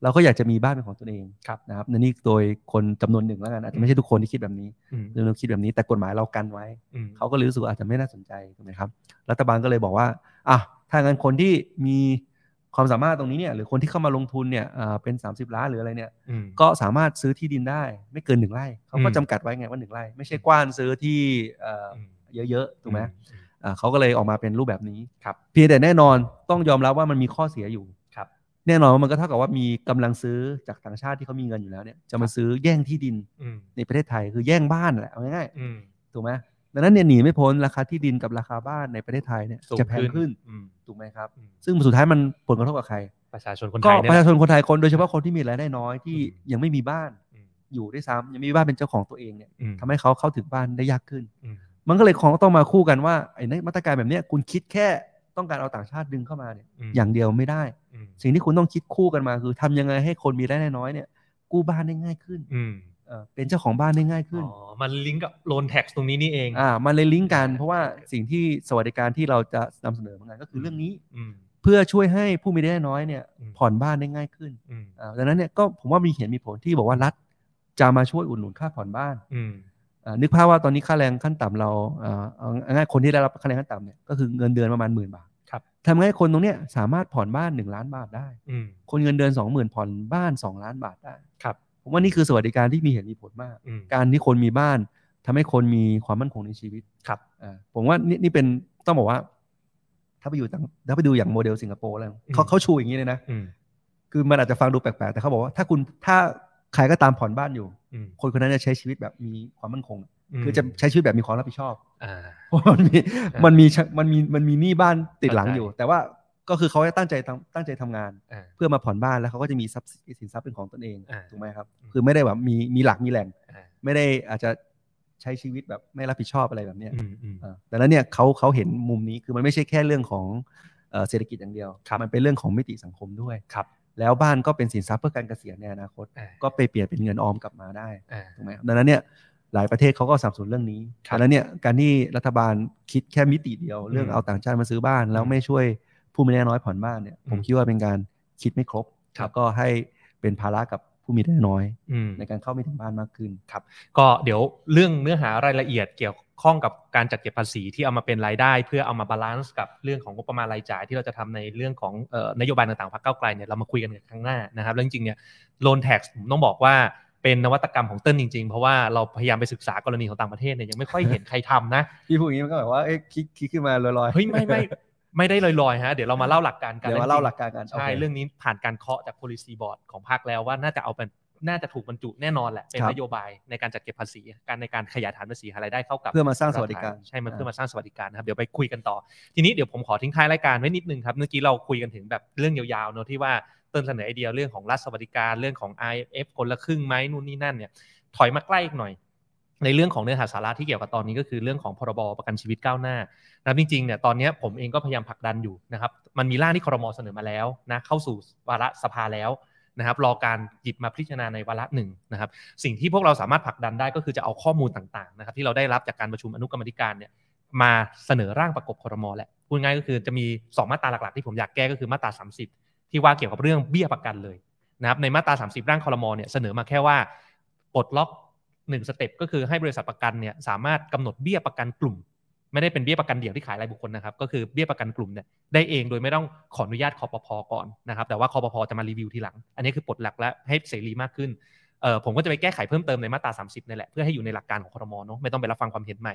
Speaker 2: เราก็อยากจะมีบ้านเป็นของตนเอง
Speaker 1: ครับ
Speaker 2: นะครับนี่โดยคนจำนวนหนึ่งแล้วกันอาจจะไม่ใช่ทุกคนที่คิดแบบนี้
Speaker 1: อืม
Speaker 2: หรือเราคิดแบบนี้แต่กฎหมายเรากันไว้
Speaker 1: อืม
Speaker 2: เขาก็เลยรู้สึกว่าอาจจะไม่น่าสนใจถูกไหมครับ รัฐบาลก็เลยบอกว่าอ่ะถ้างั้นคนที่มีความสามารถตรงนี้เนี่ยหรือคนที่เข้ามาลงทุนเนี่ยเอ่อเป็น 30 ล้านหรืออะไรเนี่ย ก็สามารถซื้อที่ดินได้ไม่เกินหนึ่งไร่เขาก็
Speaker 1: อืม
Speaker 2: จำกัดไว้ไงว่าหนึ่งไร่ไม่ใช่กว้านซื้อที่เอ่อ
Speaker 1: อืม
Speaker 2: เยอะๆถูกไหม
Speaker 1: อื
Speaker 2: อ่าเขาก็เลยออกมาเป็นรูปแบบนี้
Speaker 1: ครับ
Speaker 2: เพียงแต่แน่นอนต้องยอมรับว่ามันมีข้อเสียอยู่
Speaker 1: ครับ
Speaker 2: แน่นอนว่ามันก็เท่ากับว่ามีกำลังซื้อจากต่างชาติที่เขามีเงินอยู่แล้วเนี่ยจะมาซื้อแย่งที่ดิน
Speaker 1: อืม
Speaker 2: ในประเทศไทยคือแย่งบ้านแหละเอาง่าย
Speaker 1: อืม
Speaker 2: ๆถูกไหมดังนั้นเนี่ยหนีไม่พ้นราคาที่ดินกับราคาบ้านในประเทศไทยเนี่ย
Speaker 1: สู
Speaker 2: จะแพงขึ้น
Speaker 1: อืม
Speaker 2: ถูกไหมครับ
Speaker 1: อืม
Speaker 2: ซึ่งสุดท้ายมันผลกระทบกับใคร
Speaker 1: ประชาชนคน
Speaker 2: ก็
Speaker 1: ไทย
Speaker 2: ป
Speaker 1: เนี่ย
Speaker 2: ระ
Speaker 1: แห
Speaker 2: ชา
Speaker 1: ละ
Speaker 2: ชนคนไทยคนโดยเฉพาะคนที่มีรายได้น้อยที่
Speaker 1: อืม
Speaker 2: ยังไม่มีบ้าน
Speaker 1: อืม
Speaker 2: อยู่ด้วยซ้ำยังไมมีบ้านเป็นเจ้าของตัวเองเนี่ย
Speaker 1: อืม
Speaker 2: ทำให้เขาเข้าถึงบ้านได้ยากขึ้น
Speaker 1: อืม
Speaker 2: มันก็เลยของต้องมาคู่กันว่าไอ้นมาตรการแบบเนี้ยคุณคิดแค่ต้องการเอาต่างชาติดึงเข้ามาเนี่ย
Speaker 1: ม
Speaker 2: อย่างเดียวไม่ได้
Speaker 1: อืม
Speaker 2: สิ่งที่คุณต้องคิดคู่กันมาคือทำยังไงให้คนมีรายได้น้อยเนี่ยกู้บ้านได้ง่ายขึ้น
Speaker 1: อืม
Speaker 2: เอ่อเป็นเจ้าของบ้านได้ง่ายขึ้น
Speaker 1: อ๋อมันลิงก์กับโลนแท็กตรงนี้นี่เอง
Speaker 2: อ่ามันเลยลิงก์กัน เพราะว่าสิ่งที่สวัสดิการที่เราจะนำเสนอเหมือนกันก็คือเรื่องนี้
Speaker 1: อืม
Speaker 2: เพื่อช่วยให้ผู้มีรายได้น้อยเนี่ย
Speaker 1: อืม
Speaker 2: ผ่อนบ้านได้ง่ายขึ้น
Speaker 1: อืม
Speaker 2: อ่าดังนั้นเนี่ยก็ผมว่ามีเห็นมีผลที่บอกว่ารัฐจะมาช่วยอุดหนุนค่าผ่อนบ้าน
Speaker 1: อืม
Speaker 2: อ่านึกภาพว่าตอนนี้ค่าแรงขั้นต่ำเราอ่าเอาง่ายๆคนที่ได้รับค่าแรงขั้นต่ำเนี่ยก็คือเงินเดือนประมาณหมื่นบาท
Speaker 1: ครับ
Speaker 2: ทำให้คนตรงเนี้ยสามารถผ่อนบ้าน 1 ล้านบาทได้
Speaker 1: อืม
Speaker 2: คนเงินเดือน 2 0,000 ผ่อนบ้าน 2 ล้านบาทได้
Speaker 1: ครับ
Speaker 2: ผมว่านี่คือสวัสดิการที่มีเหตุมีผลมาก
Speaker 1: อืม
Speaker 2: การที่คนมีบ้านทำให้คนมีความมั่นคงในชีวิต
Speaker 1: ครับ
Speaker 2: อ่าผมว่านี่นี่เป็นต้องบอกว่า ถ้าไปอยู่ต่างถ้าไปดูอย่างโมเดลสิงคโปร์แล้วเขาเขาชูอย่างนี้เลยนะ
Speaker 1: อืม
Speaker 2: คือมันอาจจะฟังดูแปลกๆแต่เขาบอกว่าถ้าคุณถ้าใครก็ตามผ่อนบ้านอยู่
Speaker 1: อืม
Speaker 2: คนคนนั้นจะใช้ชีวิตแบบมีความมั่นคง
Speaker 1: ม
Speaker 2: คือจะใช้ชีวิตแบบมีความรับผิดช
Speaker 1: [laughs]
Speaker 2: อบ
Speaker 1: อ่า
Speaker 2: เพราะมันมี
Speaker 1: อ่ามั
Speaker 2: มันมีชะมันมีมันมีหนี้บ้านติดหลัง
Speaker 1: เข้าใจ
Speaker 2: อยู่ แต่ว่าก็คือเขาจะตั้งใจทำตั้งใจทำงาน
Speaker 1: อ่า
Speaker 2: เพื่อมาผ่อนบ้านแล้วเขาก็จะมีทรัพย์สินทรัพย์เป็นของตนเอง
Speaker 1: อ่า
Speaker 2: ถูกไหมครับ
Speaker 1: อืม
Speaker 2: คือไม่ได้แบบมีมีหลักมีแหล่ง
Speaker 1: อ่า
Speaker 2: ไม่ได้อาจจะใช้ชีวิตแบบไม่รับผิดชอบอะไรแบบเนี้ย
Speaker 1: อืมอืม
Speaker 2: อ่าแต่แล้วเนี่ยเขาเขาเห็นมุมนี้คือมันไม่ใช่แค่เรื่องของเอ่อเศรษฐกิจอย่างเดียว
Speaker 1: ครับ
Speaker 2: มันเป็นเรื่องของมิติสังคมด้วย
Speaker 1: ครับ
Speaker 2: แล้วบ้านก็เป็นสินทรัพย์เพื่อการเกษียณในอนาคต
Speaker 1: อ่า
Speaker 2: ก็ไปเปลี่ยนเป็นเงินออมกลับมาได้
Speaker 1: อ่า
Speaker 2: ถูกไหมครับดังนั้นเนี่ยหลายประเทศเขาก็สนับสนุนเรื่องนี้
Speaker 1: ครับ
Speaker 2: ดังนั้นเนี่ยการที่รัฐบาลคิดแค่มิติเดียว เรื่อง
Speaker 1: อืม
Speaker 2: เอาต่างชาติมาซื้อบ้าน แล้วไม่ช่วยผู้มีรายได้น้อยผ่อนบ้านเนี่ยผม
Speaker 1: อืม
Speaker 2: คิดว่าเป็นการคิดไม่ครบ
Speaker 1: ครับ
Speaker 2: แล้วก็ให้เป็นภาระกับผู้มีรายได้น้อย
Speaker 1: อืม
Speaker 2: ในการเข้าไม่ถึงบ้านมากขึ้น
Speaker 1: ก็เดี๋ยวเรื่องเนื้อหารายละเอียดเกี่ยวข้องกับการจัดเก็บภาษีที่เอามาเป็นรายได้ เพื่อเอามาบาลานซ์กับเรื่องของงบประมาณรายจ่ายที่เราจะทำในเรื่องของเอ่อนโยบายต่างๆพรรคก้าวไกลเนี่ยเรามาคุยกันครั้งหน้านะครับแล้วจริงๆเนี่ยโลนแท็กผมต้องบอกว่าเป็นนวัตกรรมของเติ้ลจริงๆ เพราะว่าเราพยายามไปศึกษากรณีของต่างประเทศเนี่ยยังไม่ค่อยเห็นใครทำนะ
Speaker 2: พี่พูดอย่างนี้มันก็แบบว่าเอ๊ะคิดคิดขึ้นมาลอยๆ
Speaker 1: เฮ้ยไม่ไม่ไม่ได้ลอยๆฮะเดี๋ยวเรามาเล่าหลักการกัน
Speaker 2: เดี๋ยวมา
Speaker 1: จงๆ
Speaker 2: เล่าหลักการกัน
Speaker 1: ใช่
Speaker 2: โค
Speaker 1: เรื่องนี้ผ่านการเคาะจาก policy board ของพรรคแล้วว่าน่าจะเอาเป็นน่าจะถูกบรรจุแน่นอนแหละเป็น
Speaker 2: ครับ
Speaker 1: นโยบายในการจัดเก็บภาษีการในการขยายฐานภาษีหารายได้เข้ากับ
Speaker 2: เพื่อมาสร้างสวัสดิการ
Speaker 1: ใช่ มันเพื่อมาสร้างสวัสดิการนะครับ เดี๋ยวไปคุยกันต่อ ทีนี้เดี๋ยวผมขอทิ้งท้ายรายการไว้นิดนึงครับ เมื่อกี้เราคุยกันถึงแบบเรื่องยาวๆเนอะที่ว่าเติมเสนอไอเดียเรื่องของรัฐสวัสดิการเรื่องของ IF คนละครึ่งไหมนู่นนี่นั่นเนี่ย ถอยมาใกล้อีกหน่อย ในเรื่องของเนื้อหาสาระที่เกี่ยวกับตอนนี้ก็คือเรื่องของพรบประกันชีวิตก้าวหน้านะครับจริงๆเนี่ยตอนเนี้ยผมเองก็พยายามผลักดันอยู่นะครับ มันมีร่างที่ครมเสนอมาแล้วนะเข้าสู่วาระสภาแล้วนะครับ รอการหยิบมาพิจารณาในวาระหนึ่งนะครับ สิ่งที่พวกเราสามารถผลักดันได้ก็คือจะเอาข้อมูลต่างๆนะครับที่เราได้รับจากการประชุมอนุกรรมธิการเนี่ยมาเสนอร่างประกบครมแหละพูดง่ายก็คือจะมี 2 มาตราหลักๆ ที่ผมอยากแก้ก็คือมาตรา 30 ที่ว่าเกี่ยวกับเรื่องเบี้ยประกันเลยนะครับในมาตรา 30 ร่างครมเนี่ยเสนอมาแค่ว่าปลดล็อก1สเต็ปก็คือให้บริษัทประกันเนี่ยสามารถกำหนดเบี้ยประกันกลุ่ม ไม่ได้เป็นเบี้ยประกันเดี่ยวที่ขายรายบุคคลนะครับ ก็คือเบี้ยประกันกลุ่มเนี่ยได้เองโดยไม่ต้องขออนุญาตคอปพก่อนนะครับแต่ว่าคอปพจะมารีวิวทีหลัง อันนี้คือปลดหลักและให้เสรีมากขึ้น เออผมก็จะไปแก้ไขเพิ่มเติมในมาตรา 30นี่แหละ เพื่อให้อยู่ในหลักการของครมเนาะไม่ต้องไปรับฟังความเห็นใหม่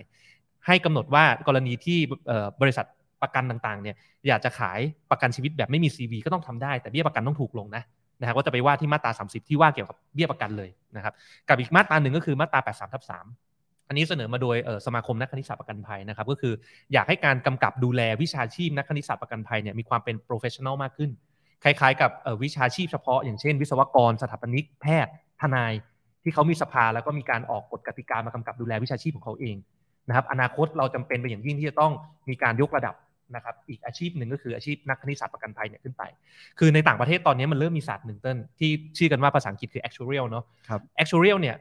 Speaker 1: ให้กำหนดว่ากรณีที่เอ่อบริษัทประกันต่างๆเนี่ยอยากจะขายประกันชีวิตแบบไม่มี CV ก็ต้องทำได้แต่เบี้ยประกันต้องถูกลงนะนะครับก็จะไปว่าที่มาตรา 30 ที่ว่าเกี่ยวกับเบี้ยประกันเลยนะครับกับอีกมาตราหนึ่งก็คือมาตรา 83ทับ3อันนี้เสนอมาโดยเอ่อสมาคมนักคณิตศาสตร์ประกันภัยนะครับก็คืออยากให้การกำกับดูแลวิชาชีพนักคณิตศาสตร์ประกันภัยเนี่ยมีความเป็น professional มากขึ้น คล้ายๆ กับเอ่อวิชาชีพเฉพาะ อย่างเช่น วิศวกร สถาปนิก แพทย์ ทนาย ที่เขามีสภาแล้วก็มีการออกกฎกติกามากำกับดูแลวิชาชีพของเขาเอง นะครับอนาคตเราจำเป็นเป็นอย่างยิ่งที่จะต้องมีการยกระดับนะครับอีกอาชีพหนึ่งก็คืออาชีพนักคณิตศาสตร์ประกันภัยเนี่ยขึ้นไป คือในต่างประเทศตอนนี้มันเริ่มมีศาสตร์หนึ่งเต้นที่ชื่อกันว่าภาษาอังกฤษคือ actuarial เนาะ
Speaker 2: ครับ
Speaker 1: actuarial เนี่ย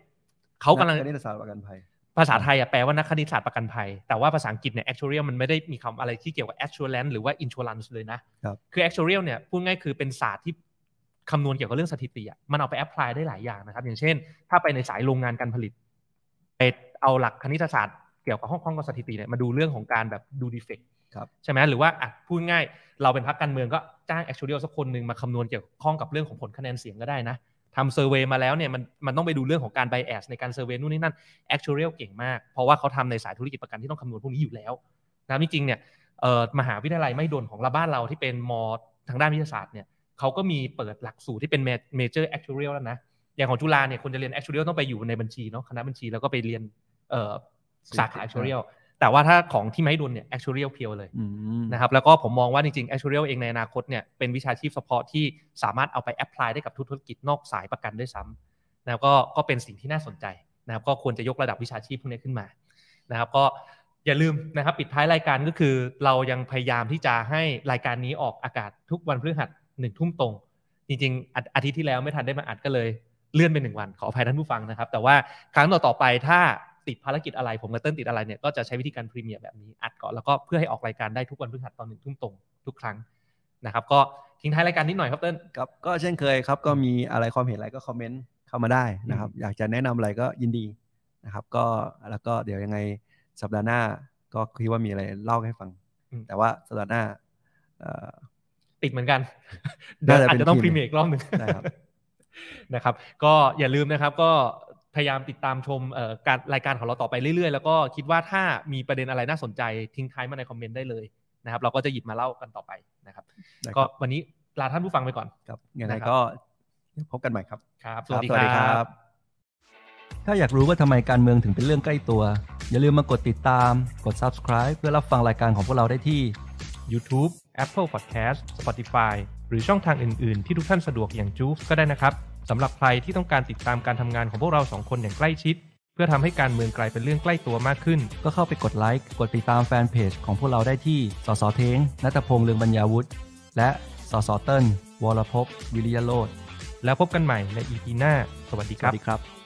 Speaker 1: เขากำลัง
Speaker 2: คณิตศาสตร์ประกันภัย
Speaker 1: ภาษาไทยอะแปลว่านักคณิตศาสตร์ประกันภัย แต่ว่าภาษาอังกฤษเนี่ย actuarial มันไม่ได้มีคำอะไรที่เกี่ยวกับ assurance หรือว่า insurance เลยนะ
Speaker 2: ครับ
Speaker 1: คือ actuarial เนี่ยพูดง่ายคือเป็นศาสตร์ที่คำนวณเกี่ยวกับเรื่องสถิติอะมันเอาไป apply ได้หลายอย่างนะครับ อย่างเช่น ถ้าไปในสายโรงงานการผลิตไปเอาหลักคณิตศาสตร์เกี่ยวกับห้องข้องกับสถิติเนี่ยมาดูเรื่องของการแบบดู defect
Speaker 2: ครับ
Speaker 1: ใช่ไหมหรือว่าอ่ะพูดง่ายเราเป็นพรรคการเมืองก็จ้าง actuarial สักคนหนึ่งมาคำนวณเกี่ยวข้องกับเรื่องของผลคะแนนเสียงก็ได้นะ ทำเซอร์เวยมาแล้วเนี่ยมันมันต้องไปดูเรื่องของการ bias ในการเซอร์เวยนู่นนี่นั่น actuarial เก่งมาก เพราะว่าเขาทำในสายธุรกิจประกันที่ต้องคำนวณพวกนี้อยู่แล้วนะครับจริงๆเนี่ยเอ่อมหาวิทยาลัยไม่ดนของเราบ้านเราที่เป็นมอทางด้านวิทยาศาสตร์เนี่ยเขาก็มีเปิดหลักสูตรที่เป็น major actuarial แล้วนะ อย่างของจุฬาเนี่ยคนจะเรียน actuarial ต้องไปอยู่ในบัญชีเนาะคณะบัญชีแล้วก็ไปเรียนเอ่อสาขา actuarial แต่ว่าถ้าของที่ไม่ดนเนี่ย actuarial เพียวเลย
Speaker 2: อืม
Speaker 1: นะครับแล้วก็ผมมองว่าจริงๆ actuarial เองในอนาคตเนี่ยเป็นวิชาชีพเฉพาะที่สามารถเอาไปแอพพลายได้กับทุกธุรกิจนอกสายประกันด้วยซ้ำนะครับก็ก็เป็นสิ่งที่น่าสนใจนะครับก็ควรจะยกระดับวิชาชีพพวกนี้ขึ้นมานะครับก็อย่าลืมนะครับปิดท้ายรายการก็คือ เรายังพยายามที่จะให้รายการนี้ออกอากาศทุกวันพฤหัสหนึ่งทุ่มตรง จริงๆอาอาทิตย์ที่แล้วไม่ทันได้มาอัดก็เลยเลื่อนไปหนึ่งวันขออภัยท่านผู้ฟังนะครับ แต่ว่าครั้งต่อๆไปถ้าติดภารกิจอะไรผมกับเติ้ลติดอะไรเนี่ยก็จะใช้วิธีการพรีเมียร์แบบนี้อัดก่อนแล้วก็เพื่อให้ออกรายการได้ทุกวันพฤหัสตอนหนึ่งทุ่มตรงทุกครั้งนะครับ ก็ทิ้งท้ายรายการนิดหน่อยครับเติ้ล
Speaker 2: ครับก็เช่นเคยครับก็มีอะไรความเห็นอะไรก็คอมเมนต์เข้ามาได้นะครับ อยากจะแนะนำอะไรก็ยินดีนะครับ ก็แล้วก็เดี๋ยวยังไงสัปดาห์หน้าก็คิดว่ามีอะไรเล่าให้ฟัง
Speaker 1: อืม
Speaker 2: แต่ว่าสัปดาห์หน้าเอ่อ
Speaker 1: ติดเหมือนกันเดี๋ย
Speaker 2: น่าว จะ
Speaker 1: อาจ
Speaker 2: เป็น
Speaker 1: จะต้องพ
Speaker 2: ทีม
Speaker 1: รีเมียร์อีกรอบหนึ่ง
Speaker 2: ได้ครับ
Speaker 1: [laughs] นะครับ ก็อย่าลืมนะครับก็พยายามติดตามชมเอ่อการรายการของเราต่อไปเรื่อยๆ แล้วก็คิดว่าถ้ามีประเด็นอะไรน่าสนใจทิ้งท้ายมาในคอมเมนต์ได้เลยนะครับเราก็จะหยิบมาเล่ากันต่อไปนะครับ
Speaker 2: ได้
Speaker 1: ก็วันนี้ลาท่านผู้ฟังไปก่อน
Speaker 2: ครับยังไง
Speaker 1: นะครับ
Speaker 2: ก็พบกันใหม่ครับ
Speaker 1: ครับ
Speaker 2: ถ้าอยากรู้ว่าทำไมการเมืองถึงเป็นเรื่องใกล้ตัว อย่าลืมมากดติดตาม กด subscribe เพื่อรับฟังรายการของพวกเราได้ที่
Speaker 1: YouTube Apple Podcast Spotify หรือช่องทางอื่น ๆ ที่ทุกท่านสะดวกอย่างจูฟก็ได้นะครับสำหรับใครที่ต้องการติดตามการทำงานของพวกเราสองคนอย่างใกล้ชิด เพื่อทำให้การเมืองกลายเป็นเรื่องใกล้ตัวมากขึ้น
Speaker 2: ก็เข้าไปกดไลค์ กดติดตามแฟนเพจของพวกเราได้ที่ สสเทงนัตพงษ์เลืองบรรยาวุฒิ และ สสเติ้ลวรภพวิริยโรธ
Speaker 1: แล้วพบกันใหม่ใน EP หน้า สวัสดี
Speaker 2: ส
Speaker 1: ค
Speaker 2: วั
Speaker 1: รั
Speaker 2: ส
Speaker 1: บ
Speaker 2: ดีครับ